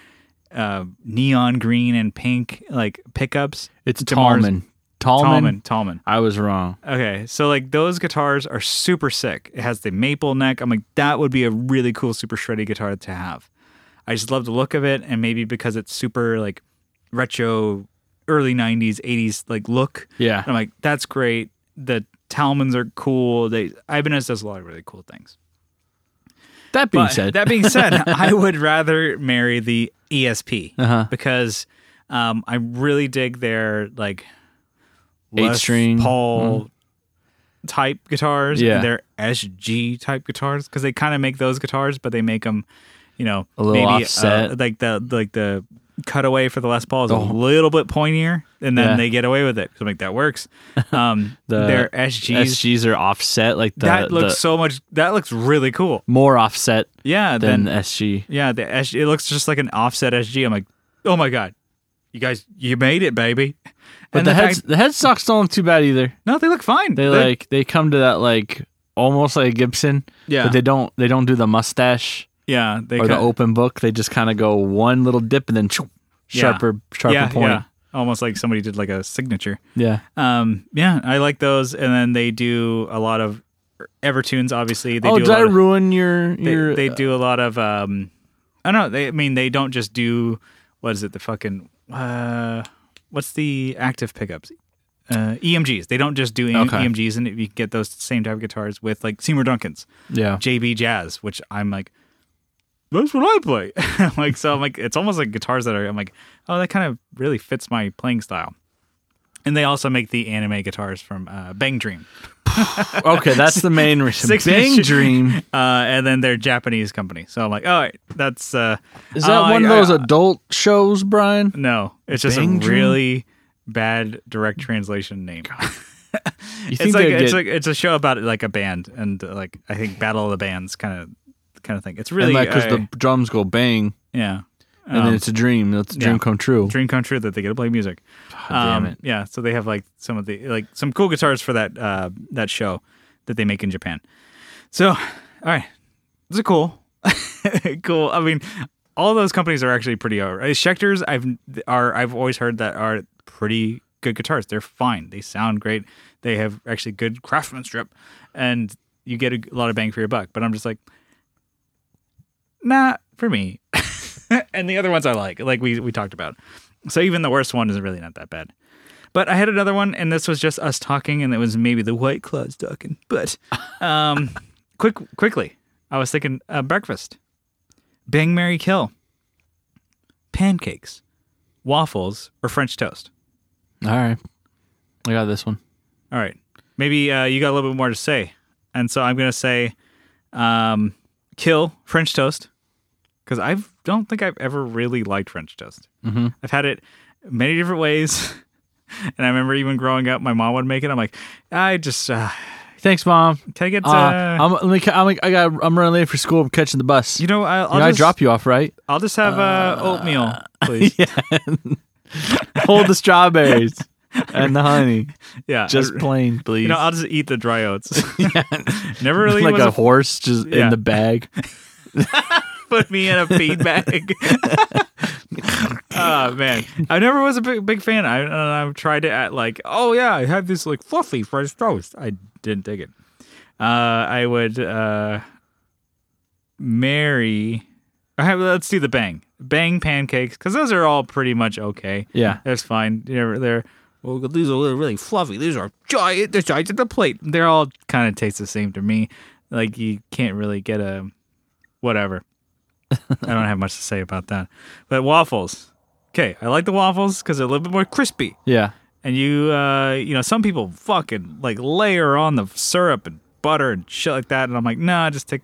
Speaker 1: uh, neon green and pink like pickups
Speaker 2: it's
Speaker 1: Demar's-
Speaker 2: Tallman. Tallman.
Speaker 1: Talman Talman
Speaker 2: I was wrong.
Speaker 1: Okay, so like those guitars are super sick. It has the maple neck. I'm like, that would be a really cool super shreddy guitar to have. I just love the look of it, and maybe because it's super like retro, early '90s, '80s like look.
Speaker 2: Yeah.
Speaker 1: I'm like, that's great. The Talmans are cool. They Ibanez does a lot of really cool things.
Speaker 2: That being said,
Speaker 1: Uh, That being said,
Speaker 2: [laughs]
Speaker 1: I would rather marry the ESP
Speaker 2: Uh-huh.
Speaker 1: because um, I really dig their like
Speaker 2: Eight
Speaker 1: Les
Speaker 2: string. Mm-hmm.
Speaker 1: Paul type guitars.
Speaker 2: Yeah.
Speaker 1: and their SG type guitars because they kind of make those guitars, but they make them, you know,
Speaker 2: A little
Speaker 1: maybe, uh,
Speaker 2: offset. Oh.
Speaker 1: like the like the cutaway for the Les Paul is a little bit pointier, and then
Speaker 2: Yeah.
Speaker 1: they get away with it. So I'm like that
Speaker 2: [laughs]
Speaker 1: works. Um,
Speaker 2: The
Speaker 1: their SGs.
Speaker 2: SGs are offset. Like the,
Speaker 1: that looks
Speaker 2: the-
Speaker 1: so much. That looks really cool.
Speaker 2: more offset
Speaker 1: Yeah.
Speaker 2: than
Speaker 1: Then
Speaker 2: SG.
Speaker 1: yeah, the SG, it looks just like an offset SG. I'm like, oh my god, you guys, you made it, baby.
Speaker 2: But
Speaker 1: and
Speaker 2: the
Speaker 1: the
Speaker 2: heads
Speaker 1: fact-
Speaker 2: the headstocks don't look too bad either.
Speaker 1: no, they look fine.
Speaker 2: They
Speaker 1: They're-
Speaker 2: like they come to that like almost like a Gibson.
Speaker 1: Yeah.
Speaker 2: But they don't they don't do the mustache
Speaker 1: yeah, they
Speaker 2: or the
Speaker 1: kinda-
Speaker 2: open book. They just kind of go one little dip and then choo,
Speaker 1: Yeah.
Speaker 2: sharper sharper
Speaker 1: yeah, yeah,
Speaker 2: point.
Speaker 1: almost like somebody did like a signature.
Speaker 2: Yeah.
Speaker 1: Um, yeah, I like those, and then they do a lot of Evertunes. Obviously, they
Speaker 2: Oh,
Speaker 1: do.
Speaker 2: did
Speaker 1: a lot
Speaker 2: I
Speaker 1: of-
Speaker 2: ruin your
Speaker 1: they,
Speaker 2: your?
Speaker 1: they do a lot of um I don't know, they I mean they don't just do what is it, the fucking uh what's the active pickups? Uh, EMGs. They don't just do E-
Speaker 2: Okay.
Speaker 1: EMGs, and if you get those same type of guitars with like Seymour Duncan's
Speaker 2: yeah.
Speaker 1: JB Jazz, which I'm like, that's what I play. [laughs] I'm like so, I'm like, it's almost like guitars that are. I'm like, oh, that kind of really fits my playing style. And they also make the anime guitars from uh, Bang Dream.
Speaker 2: Okay, that's the main reason.
Speaker 1: [laughs] Six
Speaker 2: Bang
Speaker 1: inch- [laughs]
Speaker 2: Dream.
Speaker 1: uh, and then they're Japanese company. So I'm like, all right, that's uh,
Speaker 2: Is that
Speaker 1: one
Speaker 2: one of those adult shows, Brian?
Speaker 1: no, it's just
Speaker 2: Bang
Speaker 1: a
Speaker 2: Dream?
Speaker 1: really bad direct translation name.
Speaker 2: You
Speaker 1: it's
Speaker 2: think
Speaker 1: like
Speaker 2: they'd
Speaker 1: it's
Speaker 2: get-
Speaker 1: like it's a show about like a band and uh, like I think Battle of the Bands kind of kind of thing. It's really
Speaker 2: and like because
Speaker 1: uh,
Speaker 2: the drums go bang,
Speaker 1: yeah.
Speaker 2: and then it's a dream. That's a dream
Speaker 1: yeah.
Speaker 2: come true.
Speaker 1: Dream come true that they get to play music. Um,
Speaker 2: damn it.
Speaker 1: Yeah, so they have like some of the like some cool guitars for that uh, that show that they make in Japan. So, all right, this is cool, [laughs] cool. I mean, all those companies are actually pretty. Over. Schecters, I've are I've always heard that are pretty good guitars. They're fine. They sound great. They have actually good craftsmanship, and you get a lot of bang for your buck. But I'm just like, not for me. [laughs] and the other ones I like, like we we talked about. So even the worst one is really not that bad. But I had another one, and this was just us talking, and it was maybe the White Claws talking. But um, [laughs] quick, quickly, I was thinking uh, breakfast, bang, Mary, kill, pancakes, waffles, or French toast.
Speaker 2: All right, I got this one.
Speaker 1: All right, maybe uh, you got a little bit more to say, and so I'm gonna say, um, kill French toast, because I don't think I've ever really liked French toast. Mm-hmm. I've had it many different ways. [laughs] And I remember even growing up, my mom would make it. I'm like, I just uh,
Speaker 2: Thanks, mom.
Speaker 1: can I get?
Speaker 2: Uh,
Speaker 1: uh,
Speaker 2: I'm, let me, ca- I'm, I got, I'm running late for school. I'm catching the bus.
Speaker 1: you know, I'll, I'll
Speaker 2: You know, I
Speaker 1: just
Speaker 2: drop you off, [laughs] right?
Speaker 1: I'll just have uh,
Speaker 2: [laughs]
Speaker 1: oatmeal, please. Yeah,
Speaker 2: Hold the [laughs] strawberries and the honey,
Speaker 1: [laughs]
Speaker 2: just
Speaker 1: I-
Speaker 2: plain, please.
Speaker 1: you know, I'll just eat the dry
Speaker 2: [laughs]
Speaker 1: oats. [laughs] Never really
Speaker 2: like
Speaker 1: was
Speaker 2: a,
Speaker 1: a
Speaker 2: horse, just
Speaker 1: Yeah.
Speaker 2: in the [laughs] bag. [laughs]
Speaker 1: put me in a feed bag. Oh man, I never was a big, big fan. I and I've tried to act like, oh yeah, I had this like fluffy French toast. I didn't dig it. Uh, I would uh, marry. I have, let's do the bang bang pancakes because those are all pretty much okay.
Speaker 2: Yeah.
Speaker 1: that's fine. They're, they're well, these are really, really fluffy. These are giant. They're giant at the plate. They're all kind of taste the same to me. Like you can't really get a whatever. [laughs] I don't have much to say about that. But waffles. Okay, I like the waffles because they're a little bit more crispy.
Speaker 2: Yeah.
Speaker 1: And you, uh, you know, some people fucking like layer on the syrup and butter and shit like that. And I'm like, nah, just take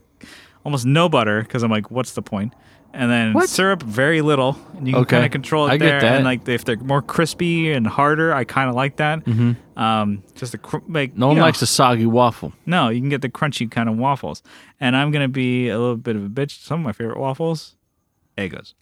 Speaker 1: almost no butter because I'm like, what's the point? And then
Speaker 2: What?
Speaker 1: syrup, very little. And you can
Speaker 2: Okay.
Speaker 1: kind of control it
Speaker 2: I get
Speaker 1: there.
Speaker 2: that.
Speaker 1: And like, if they're more crispy and harder, I kind of like that. Mm-hmm. Um, just a cr- like
Speaker 2: No
Speaker 1: you
Speaker 2: one
Speaker 1: know.
Speaker 2: likes a soggy waffle.
Speaker 1: No, you can get the crunchy kind of waffles. And I'm gonna be a little bit of a bitch. Some of my favorite waffles, Egos.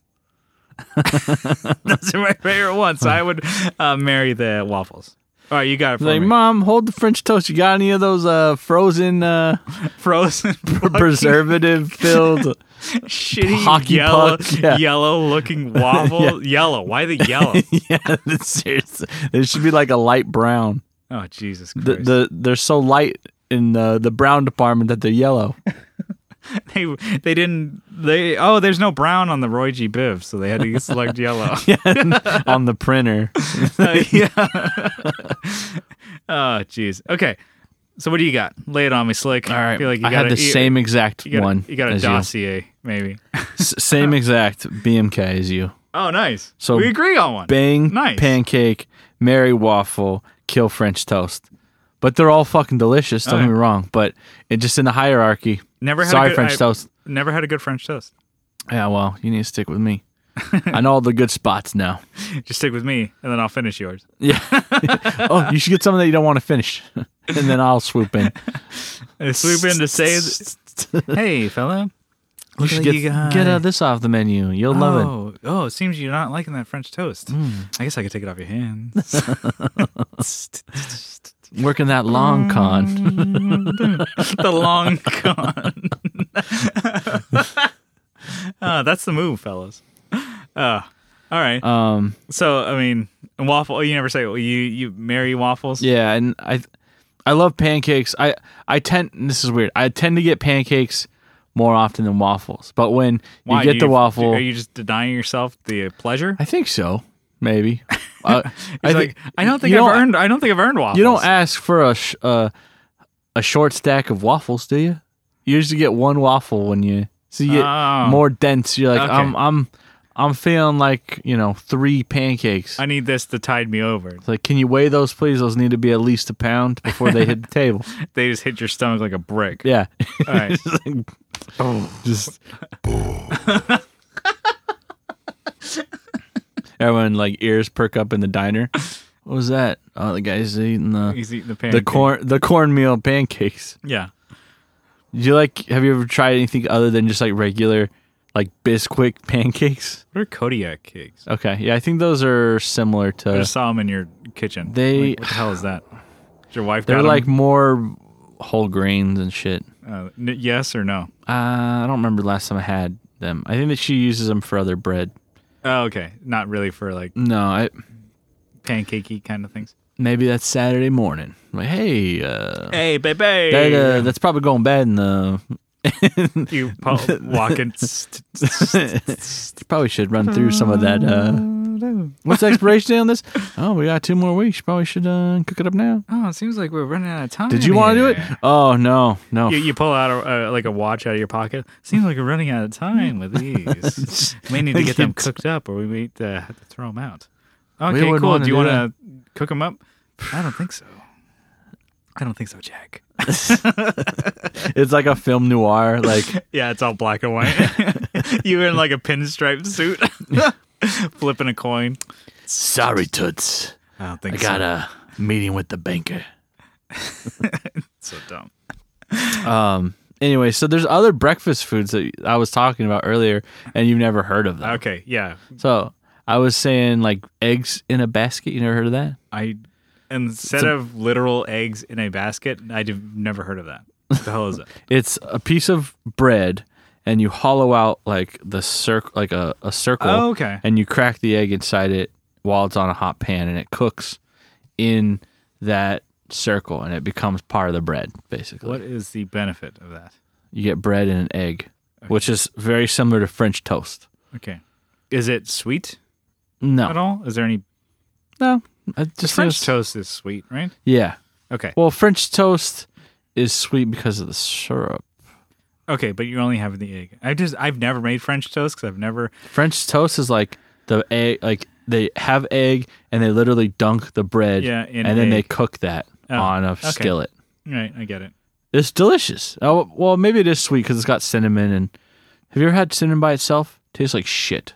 Speaker 1: [laughs] Those are my favorite ones. So I would uh, marry the waffles. All right, you got it for
Speaker 2: Like,
Speaker 1: me.
Speaker 2: mom, hold the French toast. You got any of those uh, frozen, [laughs] uh,
Speaker 1: Frozen, [laughs]
Speaker 2: [laughs] preservative filled?
Speaker 1: shitty
Speaker 2: hockey
Speaker 1: yellow,
Speaker 2: puck, [laughs] yeah.
Speaker 1: yellow-looking waffle. Yellow. Why the yellow? [laughs]
Speaker 2: yeah, [laughs] seriously, it should be like a light brown.
Speaker 1: oh Jesus
Speaker 2: The,
Speaker 1: Christ!
Speaker 2: the they're so light in uh, the the brown department that they're yellow. [laughs]
Speaker 1: they they didn't they. Oh, there's no brown on the Roy G. Biv, so they had to select
Speaker 2: [laughs]
Speaker 1: yellow.
Speaker 2: on the printer. [laughs]
Speaker 1: Uh, yeah. oh, jeez. Okay. So what do you got? Lay it on me, slick.
Speaker 2: All right,
Speaker 1: I feel like you
Speaker 2: I
Speaker 1: got
Speaker 2: had the same exact
Speaker 1: you got a-
Speaker 2: one.
Speaker 1: you got a
Speaker 2: as you.
Speaker 1: dossier, maybe. [laughs]
Speaker 2: S- [laughs] same exact BMK as you.
Speaker 1: Oh, nice.
Speaker 2: So-
Speaker 1: we agree on one.
Speaker 2: Bang,
Speaker 1: Nice.
Speaker 2: pancake, Mary waffle, kill French toast. But they're all fucking delicious. Don't
Speaker 1: yeah.
Speaker 2: get me wrong, but it just in the hierarchy.
Speaker 1: Never had a
Speaker 2: sorry
Speaker 1: good-
Speaker 2: French
Speaker 1: I-
Speaker 2: toast.
Speaker 1: Never had a good French toast. [laughs]
Speaker 2: Yeah, well, you need to stick with me. I know all the good spots now.
Speaker 1: Just stick with me, and then I'll finish yours.
Speaker 2: Yeah. oh, you should get something that you don't want to finish, [laughs] and then I'll swoop in.
Speaker 1: I swoop
Speaker 2: [laughs]
Speaker 1: in to say, "Hey, fella,
Speaker 2: You
Speaker 1: look
Speaker 2: should
Speaker 1: at
Speaker 2: get
Speaker 1: you got-
Speaker 2: get uh, this off the menu. You'll love it.
Speaker 1: oh, Oh, it seems you're not liking that French toast.
Speaker 2: Hmm.
Speaker 1: I guess I could take it off your
Speaker 2: [laughs]
Speaker 1: hands. [laughs]
Speaker 2: Working that long
Speaker 1: Mm.
Speaker 2: con.
Speaker 1: the long con. [laughs] uh, that's the move, fellas. Uh, all right.
Speaker 2: Um,
Speaker 1: so, I mean, waffle. You never say well, you you marry waffles.
Speaker 2: yeah, and I, I love pancakes. I I tend and this is weird. I tend to get pancakes more often than waffles. But when
Speaker 1: Why,
Speaker 2: you get
Speaker 1: do
Speaker 2: the waffle,
Speaker 1: do- Are you just denying yourself the pleasure?
Speaker 2: I think so.
Speaker 1: [laughs]
Speaker 2: Maybe. Uh, I
Speaker 1: It's
Speaker 2: think
Speaker 1: like, I don't think
Speaker 2: you
Speaker 1: I've
Speaker 2: don't-
Speaker 1: earned. I don't think I've earned waffles.
Speaker 2: you don't ask for a sh- uh, a short stack of waffles, do you? You usually get one waffle when you so you get
Speaker 1: Oh.
Speaker 2: more dense. You're like
Speaker 1: Okay.
Speaker 2: I'm I'm I'm feeling like you know three pancakes.
Speaker 1: I need this to tide me over.
Speaker 2: It's like, can you weigh those, please? Those need to be at least a pound before they hit the
Speaker 1: [laughs]
Speaker 2: table.
Speaker 1: They just hit your stomach like a brick.
Speaker 2: Yeah,
Speaker 1: All
Speaker 2: [laughs]
Speaker 1: right.
Speaker 2: just everyone like ears perk up in the diner. What was that? Oh, the guy's eating the
Speaker 1: He's eating the pancake.
Speaker 2: the corn the cornmeal pancakes.
Speaker 1: Yeah.
Speaker 2: Do you like? Have you ever tried anything other than just like regular, like Bisquick pancakes?
Speaker 1: What are Kodiak cakes?
Speaker 2: Okay, yeah, I think those are similar
Speaker 1: I
Speaker 2: to.
Speaker 1: just saw them in your kitchen.
Speaker 2: They-
Speaker 1: Like, what the hell is that? Is your wife?
Speaker 2: They're
Speaker 1: got 'em?
Speaker 2: like more whole grains and shit.
Speaker 1: Uh, n- yes or no?
Speaker 2: Uh, I don't remember the last time I had them. I think that she uses them for other bread.
Speaker 1: Oh, okay. Not really for like
Speaker 2: No, I
Speaker 1: pancakey kind of things.
Speaker 2: maybe that's Saturday morning. Like, hey, uh,
Speaker 1: Hey, baby.
Speaker 2: that, uh, that's probably going bad in [laughs] the.
Speaker 1: [laughs] you po- [laughs] walking.
Speaker 2: probably should run through some of that. [laughs] Uh, what's the expiration date on this? Oh, we got two more weeks. Probably should uh, cook it up now.
Speaker 1: oh, it seems like we're running out of time.
Speaker 2: Did you want to do it?
Speaker 1: here.
Speaker 2: Oh no, no.
Speaker 1: You, you pull out a, uh, like a watch out of your pocket. Seems like we're running out of time with [laughs] these. we need to get them cooked up, or we might uh, have to throw them out. Okay,
Speaker 2: wouldn't
Speaker 1: cool.
Speaker 2: wanna
Speaker 1: Do you want
Speaker 2: do
Speaker 1: to cook them up? I don't think so. I don't think so, Jack.
Speaker 2: [laughs] It's like a film noir. Like
Speaker 1: Yeah, it's all black and white. [laughs] you in like a pinstripe [laughs] suit, flipping a coin.
Speaker 2: Sorry, Toots.
Speaker 1: I don't think
Speaker 2: a meeting with the banker.
Speaker 1: so. So dumb.
Speaker 2: Um. Anyway, so there's other breakfast foods that I was talking about earlier, and you've never heard of them.
Speaker 1: Okay, yeah,
Speaker 2: So I was saying like eggs in a basket. You never heard of that?
Speaker 1: I instead of literal eggs [laughs] in a basket, I've never heard of that. What the hell is it?
Speaker 2: It's a piece of bread, and you hollow out like the circle, like a, a circle,
Speaker 1: Oh, okay.
Speaker 2: and you crack the egg inside it while it's on a hot pan, and it cooks in that circle, and it becomes part of the bread. Basically,
Speaker 1: What is the benefit of that?
Speaker 2: you get bread and an egg, which is very similar to French toast.
Speaker 1: Okay. Is it sweet at
Speaker 2: No,
Speaker 1: all? Is there any
Speaker 2: no, I just
Speaker 1: French
Speaker 2: toast.
Speaker 1: toast is sweet, right?
Speaker 2: Yeah,
Speaker 1: Okay.
Speaker 2: well, French toast is sweet because of the syrup.
Speaker 1: Okay, but you only have the egg. I just I've never made French toast because I've never.
Speaker 2: French toast is like the egg, like they have egg and they literally dunk the bread,
Speaker 1: Yeah, in
Speaker 2: and then they
Speaker 1: egg. Oh,
Speaker 2: cook that on a
Speaker 1: okay.
Speaker 2: skillet.
Speaker 1: Right, I get it.
Speaker 2: It's delicious. Oh, well, maybe it is sweet because it's got cinnamon. And have you ever had cinnamon by itself? Tastes
Speaker 1: [laughs]
Speaker 2: like shit.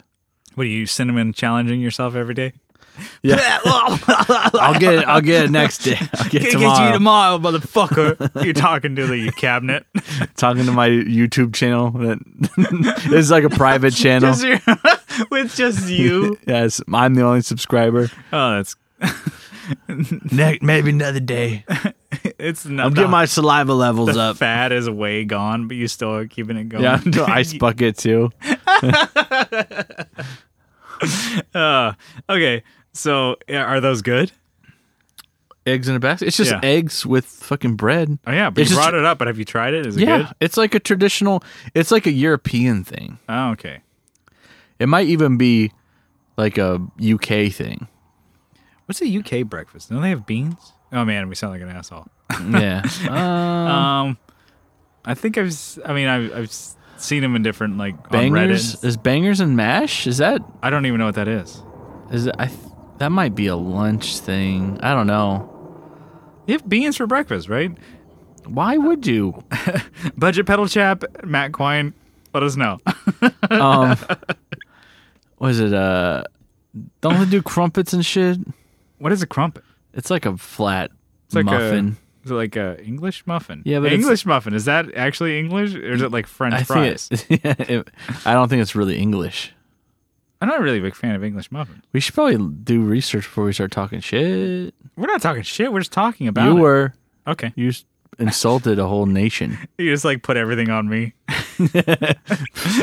Speaker 1: What are you cinnamon challenging yourself every day? [laughs]
Speaker 2: Yeah. I'll get it. I'll get it next day. I'll get it
Speaker 1: Can't get you
Speaker 2: tomorrow.
Speaker 1: tomorrow, [laughs] motherfucker. You're talking to the cabinet.
Speaker 2: Talking to my YouTube channel. That [laughs] this is like
Speaker 1: [laughs]
Speaker 2: a private channel.
Speaker 1: Just your- with just you.
Speaker 2: Yes, I'm the only subscriber.
Speaker 1: [laughs] Oh, that's
Speaker 2: Ne- maybe another day.
Speaker 1: [laughs] it's not.
Speaker 2: I'm
Speaker 1: the,
Speaker 2: getting my saliva levels
Speaker 1: the [laughs]
Speaker 2: up.
Speaker 1: fat is way gone, but you still are keeping it going.
Speaker 2: Yeah, the ice bucket too.
Speaker 1: [laughs] Uh, okay, so yeah, are those good?
Speaker 2: Eggs in a basket. It's just
Speaker 1: Yeah.
Speaker 2: eggs with fucking bread.
Speaker 1: Oh yeah, but
Speaker 2: It's
Speaker 1: you
Speaker 2: just-
Speaker 1: brought it up. But have you tried it? Is it
Speaker 2: Yeah,
Speaker 1: good?
Speaker 2: it's like a traditional. It's like a European thing.
Speaker 1: Oh, okay.
Speaker 2: It might even be like a UK thing.
Speaker 1: [laughs] What's a UK breakfast? Don't they have beans? Oh man, we sound like an asshole.
Speaker 2: Yeah. Uh,
Speaker 1: Um, I think I've. s- I mean, I've, I've s- seen them in different like on
Speaker 2: bangers
Speaker 1: Reddit.
Speaker 2: is bangers and mash. Is that
Speaker 1: I don't even know what that is.
Speaker 2: is that, I th- that might be a lunch thing. I don't know.
Speaker 1: You have beans for breakfast, right?
Speaker 2: Why would you?
Speaker 1: Budget pedal chap, Matt Quine. Let us know. [laughs]
Speaker 2: Um, was it uh? Don't they do crumpets and shit?
Speaker 1: what is a crumpet?
Speaker 2: It's like a flat
Speaker 1: It's like
Speaker 2: muffin.
Speaker 1: A, is it like a English muffin?
Speaker 2: Yeah, but it's-
Speaker 1: English muffin is that actually English or is it like French
Speaker 2: I
Speaker 1: fries?
Speaker 2: [laughs] think it, it- I don't think it's really English.
Speaker 1: I'm not really a big fan of English muffins.
Speaker 2: We should probably do research before we start talking shit.
Speaker 1: We're not talking shit. We're just talking about
Speaker 2: You
Speaker 1: it.
Speaker 2: were
Speaker 1: okay.
Speaker 2: you s- insulted a whole nation.
Speaker 1: You just like put everything on me.
Speaker 2: [laughs]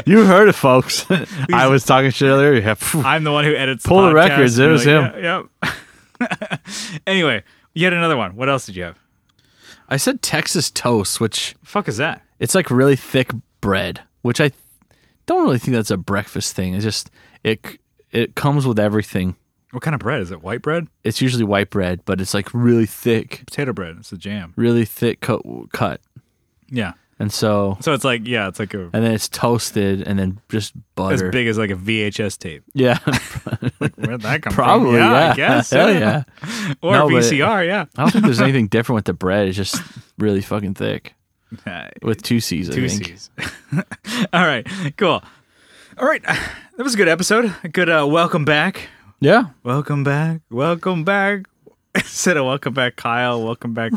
Speaker 2: You heard it, [laughs] folks. I was talking shit earlier. Yeah, [laughs] phew.
Speaker 1: I'm the one who edits.
Speaker 2: Pull the
Speaker 1: podcast.
Speaker 2: records, it
Speaker 1: Be
Speaker 2: was
Speaker 1: like, Yeah, yep. [laughs] anyway, yet another one. What else did you have?
Speaker 2: I said Texas toast, which
Speaker 1: fuck is that?
Speaker 2: it's like really thick bread, which I don't really think that's a breakfast thing. It's just it c- it comes with everything.
Speaker 1: What kind of bread is it? White bread,
Speaker 2: It's usually white bread, but it's like really thick,
Speaker 1: potato bread. It's a jam.
Speaker 2: really thick cut, cut.
Speaker 1: Yeah.
Speaker 2: and so
Speaker 1: So it's like yeah, it's like a
Speaker 2: and then it's toasted and then just
Speaker 1: as
Speaker 2: butter.
Speaker 1: big as like a VHS tape.
Speaker 2: Yeah, [laughs]
Speaker 1: Where'd that come
Speaker 2: probably.
Speaker 1: from?
Speaker 2: Yeah,
Speaker 1: I guess.
Speaker 2: Hell yeah.
Speaker 1: [laughs] Or
Speaker 2: No, but-
Speaker 1: VCR.
Speaker 2: [laughs]
Speaker 1: Yeah.
Speaker 2: I don't think there's anything different with the bread. It's just really fucking thick with two C's. I
Speaker 1: Two
Speaker 2: think.
Speaker 1: C's. [laughs] All right. Cool. All right. [sighs] That was a good episode. A good uh, welcome back.
Speaker 2: Yeah,
Speaker 1: Welcome back. Welcome back. [laughs] Instead of welcome back, Kyle. Welcome back,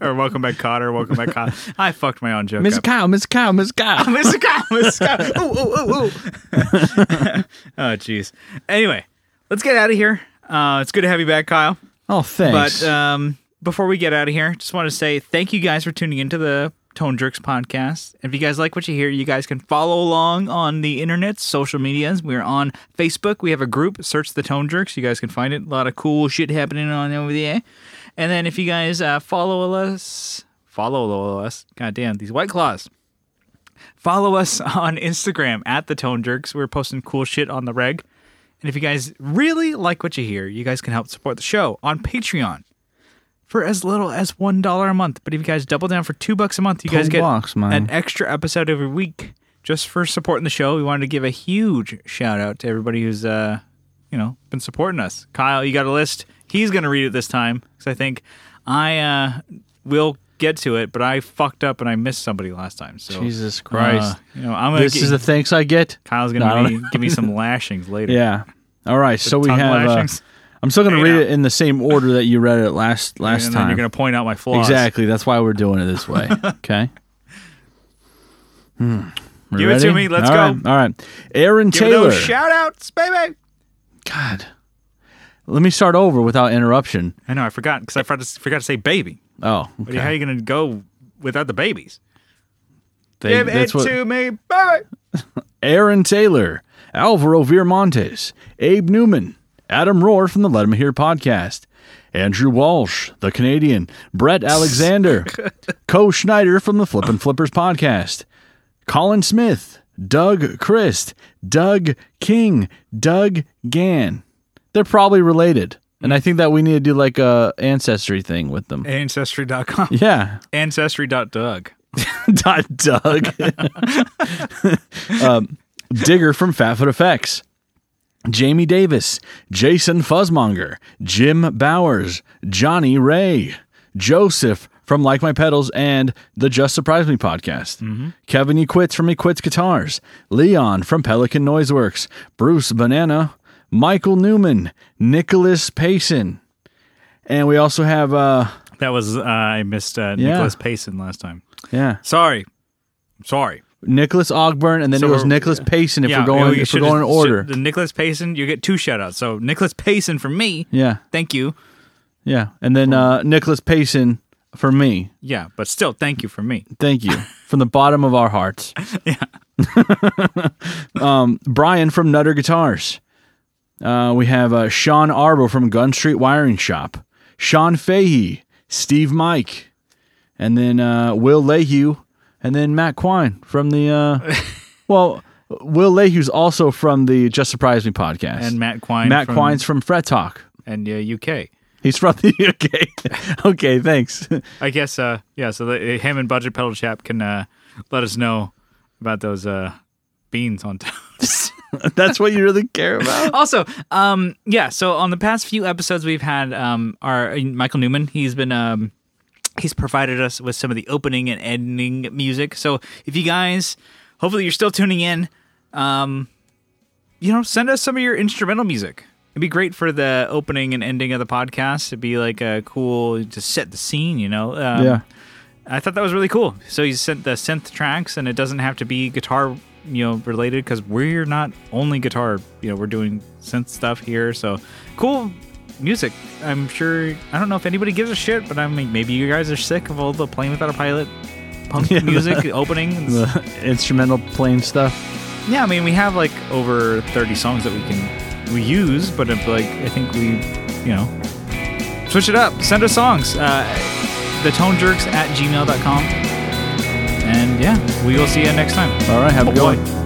Speaker 1: or welcome back, Cotter. Welcome back, Kyle. I fucked my own joke
Speaker 2: Miss
Speaker 1: up. [laughs]
Speaker 2: Kyle, Miss Kyle, Miss Kyle.
Speaker 1: Mr. Kyle, Mr. Kyle. Ooh, ooh, ooh, [laughs] ooh. oh, jeez. Anyway, let's get out of here. Uh, it's good to have you back, Kyle.
Speaker 2: [laughs] Oh, thanks.
Speaker 1: But um, before we get out of here, just want to say thank you guys for tuning into the Tone Jerks podcast. If you guys like what you hear, you guys can follow along on the internet, social medias. We're on Facebook. We have a group. Search the Tone Jerks. You guys can find it. A lot of cool shit happening on over there. And then if you guys uh, follow us, follow us. God damn, these white claws. Follow us [laughs] on Instagram at the Tone Jerks. We're posting cool shit on the reg. And if you guys really like what you hear, you guys can help support the show on Patreon for as little as one dollar a month. But if you guys double down for two bucks a month, you guys get
Speaker 2: Two-bucks, man.
Speaker 1: an extra episode every week just for supporting the show. We wanted to give a huge shout out to everybody who's uh, you know, been supporting us. Kyle, you got a list. He's gonna read it this time because I think I uh, will get to it, but I fucked up and I missed somebody last time. So
Speaker 2: Jesus Christ.
Speaker 1: uh, you know, I'm gonna
Speaker 2: this
Speaker 1: get-
Speaker 2: is the thanks I get.
Speaker 1: Kyle's
Speaker 2: No, I
Speaker 1: gonna
Speaker 2: don't
Speaker 1: be, give me some lashings later.
Speaker 2: Yeah. All right. so we
Speaker 1: tongue
Speaker 2: have. Uh,
Speaker 1: lashings.
Speaker 2: I'm still going to
Speaker 1: Hey,
Speaker 2: read
Speaker 1: now.
Speaker 2: it in the same order that you read it last last
Speaker 1: and
Speaker 2: time.
Speaker 1: then you're gonna point out my flaws.
Speaker 2: exactly. That's why we're doing it this
Speaker 1: [laughs]
Speaker 2: way. okay. Hmm. We
Speaker 1: Give it to
Speaker 2: ready?
Speaker 1: me, let's go.
Speaker 2: All right, All right. Aaron
Speaker 1: Give
Speaker 2: Taylor.
Speaker 1: those shout outs, baby.
Speaker 2: God. Let me start over without interruption.
Speaker 1: I know I forgot because I forgot to, forgot to say baby.
Speaker 2: Oh.
Speaker 1: But How are
Speaker 2: Okay.
Speaker 1: you gonna go without the babies?
Speaker 2: They,
Speaker 1: Give it
Speaker 2: that's what-
Speaker 1: to me, baby.
Speaker 2: Aaron Taylor, Alvaro Viramontes, Abe Newman, Adam Rohr from the Let Him Hear podcast, Andrew Walsh, the Canadian, Brett Alexander, Co Schneider from the Flippin' Flippers podcast, Colin Smith, Doug Christ, Doug King, Doug Gann. They're probably related. And I think that we need to do like a ancestry thing with them. [laughs]
Speaker 1: Ancestry.com.
Speaker 2: Yeah.
Speaker 1: Ancestry.doug.
Speaker 2: [laughs] Dot Doug. um, Digger from Fatfoot Effects. Jamie Davis, Jason Fuzzmonger, Jim Bowers, Johnny Ray, Joseph from Like My Pedals and the Just Surprise Me podcast, Kevin Equitz from Equitz Guitars, Leon from Pelican Noise Works, Bruce Banana, Michael Newman, Nicholas Payson. And we also have, uh,
Speaker 1: That was, uh, I missed uh,
Speaker 2: Yeah.
Speaker 1: Nicholas Payson last time.
Speaker 2: yeah,
Speaker 1: Sorry. Sorry.
Speaker 2: Nicholas Ogburn, and then
Speaker 1: So
Speaker 2: it was
Speaker 1: we're-
Speaker 2: Nicholas Payson. If we're going,
Speaker 1: you
Speaker 2: if we're
Speaker 1: should've-
Speaker 2: going in order,
Speaker 1: should- the Nicholas Payson, you get two shout outs. So Nicholas Payson from me.
Speaker 2: yeah,
Speaker 1: Thank you.
Speaker 2: yeah, and then uh, Nicholas Payson for me.
Speaker 1: Yeah, but still, thank you for me. [laughs]
Speaker 2: Thank you from the bottom of our hearts. yeah. [laughs] um, Brian from Nutter Guitars. Uh, we have uh, Sean Arbo from Gun Street Wiring Shop. Sean Fahey, Steve Mike, and then uh, Will Lehue, and then Matt Quine from the. Uh,
Speaker 1: [laughs]
Speaker 2: well, Will Lehue's also from the Just Surprise Me podcast.
Speaker 1: And Matt Quine.
Speaker 2: Matt
Speaker 1: from,
Speaker 2: Quine's from Fret Talk.
Speaker 1: And uh, UK.
Speaker 2: He's from the [laughs] UK. okay, thanks. [laughs]
Speaker 1: I guess, uh, yeah, so the, him and Budget Pedal Chap can uh, let us know about those uh, beans on [laughs] top.
Speaker 2: That's what you really care about.
Speaker 1: also, um, yeah. So on the past few episodes, we've had um, our Michael Newman. He's been um, he's provided us with some of the opening and ending music. So if you guys, hopefully, you're still tuning in. Um, you know, send us some of your instrumental music. It'd be great for the opening and ending of the podcast. It'd be like a cool to set the scene. You know, um,
Speaker 2: yeah.
Speaker 1: I thought that was really cool. So you sent the synth tracks, and it doesn't have to be guitar, you know, related because we're not only guitar. You know, we're doing synth stuff here. So cool music. I'm sure. I don't know if anybody gives a shit, but I mean, maybe you guys are sick of all the playing without a pilot punk music openings.
Speaker 2: The instrumental plain stuff.
Speaker 1: Yeah, I mean, we have like over 30 songs that we can we use, but if, like I think we, you know, switch it up. Send us songs. Uh, the tone jerks at gmail.com. And yeah, we will see you next time.
Speaker 2: All right, have a
Speaker 1: Oh,
Speaker 2: good
Speaker 1: boy.
Speaker 2: one.